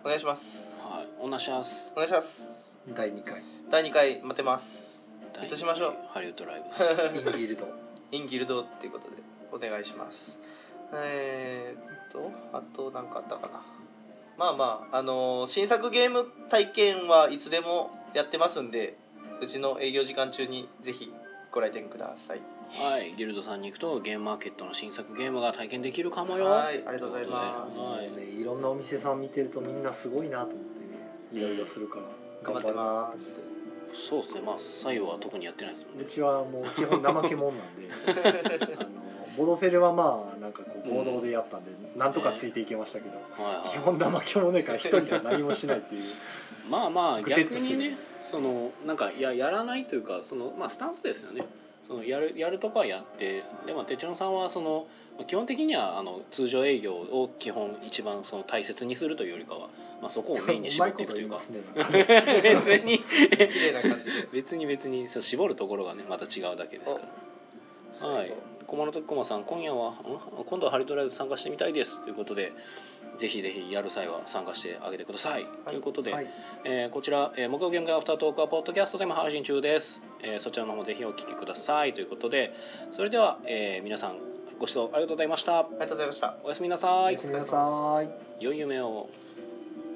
お願いしますはい、おなしゃす。お願いします第2回第2回待ってますいつしましょうハリウッドライブ。インギールドインギルドっていうことでお願いしますえー、っとあと何かあったかなまあまああのー新作ゲーム体験はいつでもやってますんでうちの営業時間中にぜひご来店くださいはい、ギルドさんに行くとゲームマーケットの新作ゲームが体験できるかもよ。はいありがとうございますはねいろんなお店さん見てるとみんなすごいなと思ってねいろいろするから頑頑張って張るなと思まってすそうですね。まあ最後は特にやってないですもんうね。ちはもう基本怠け者なん であのボドセルはまあなんかこう合同でやったんで、なんとかついていけましたけど、はい基は本怠け者やから一人では何もしない っていうい。まあまあぐてっ逆とするにね、そのなんかいややらないというかそのまあスタンスですよね。そのやるやるとこはやってでも手帳さんはそのまあ基本的にはあの通常営業を基本一番その大切にするというよりかは、まあ、そこをメインに絞っていくというかまこと言います別ねに綺麗な感じで別に別にそう絞るところがねまた違うだけですからはい駒の時駒さん今夜はん今度はハリドライブ参加してみたいですということでぜひぜひやる際は参加してあげてください、ということで、はいえーこちら、えー、木曜ゲーム会アフタートークはポッドキャストでも配信中です、えーそちらの方ぜひお聞きくださいということでそれでは、えー皆さんご視聴ありがとうございましたありがとうございましたおやすみなさおいやすみなさい良い夢を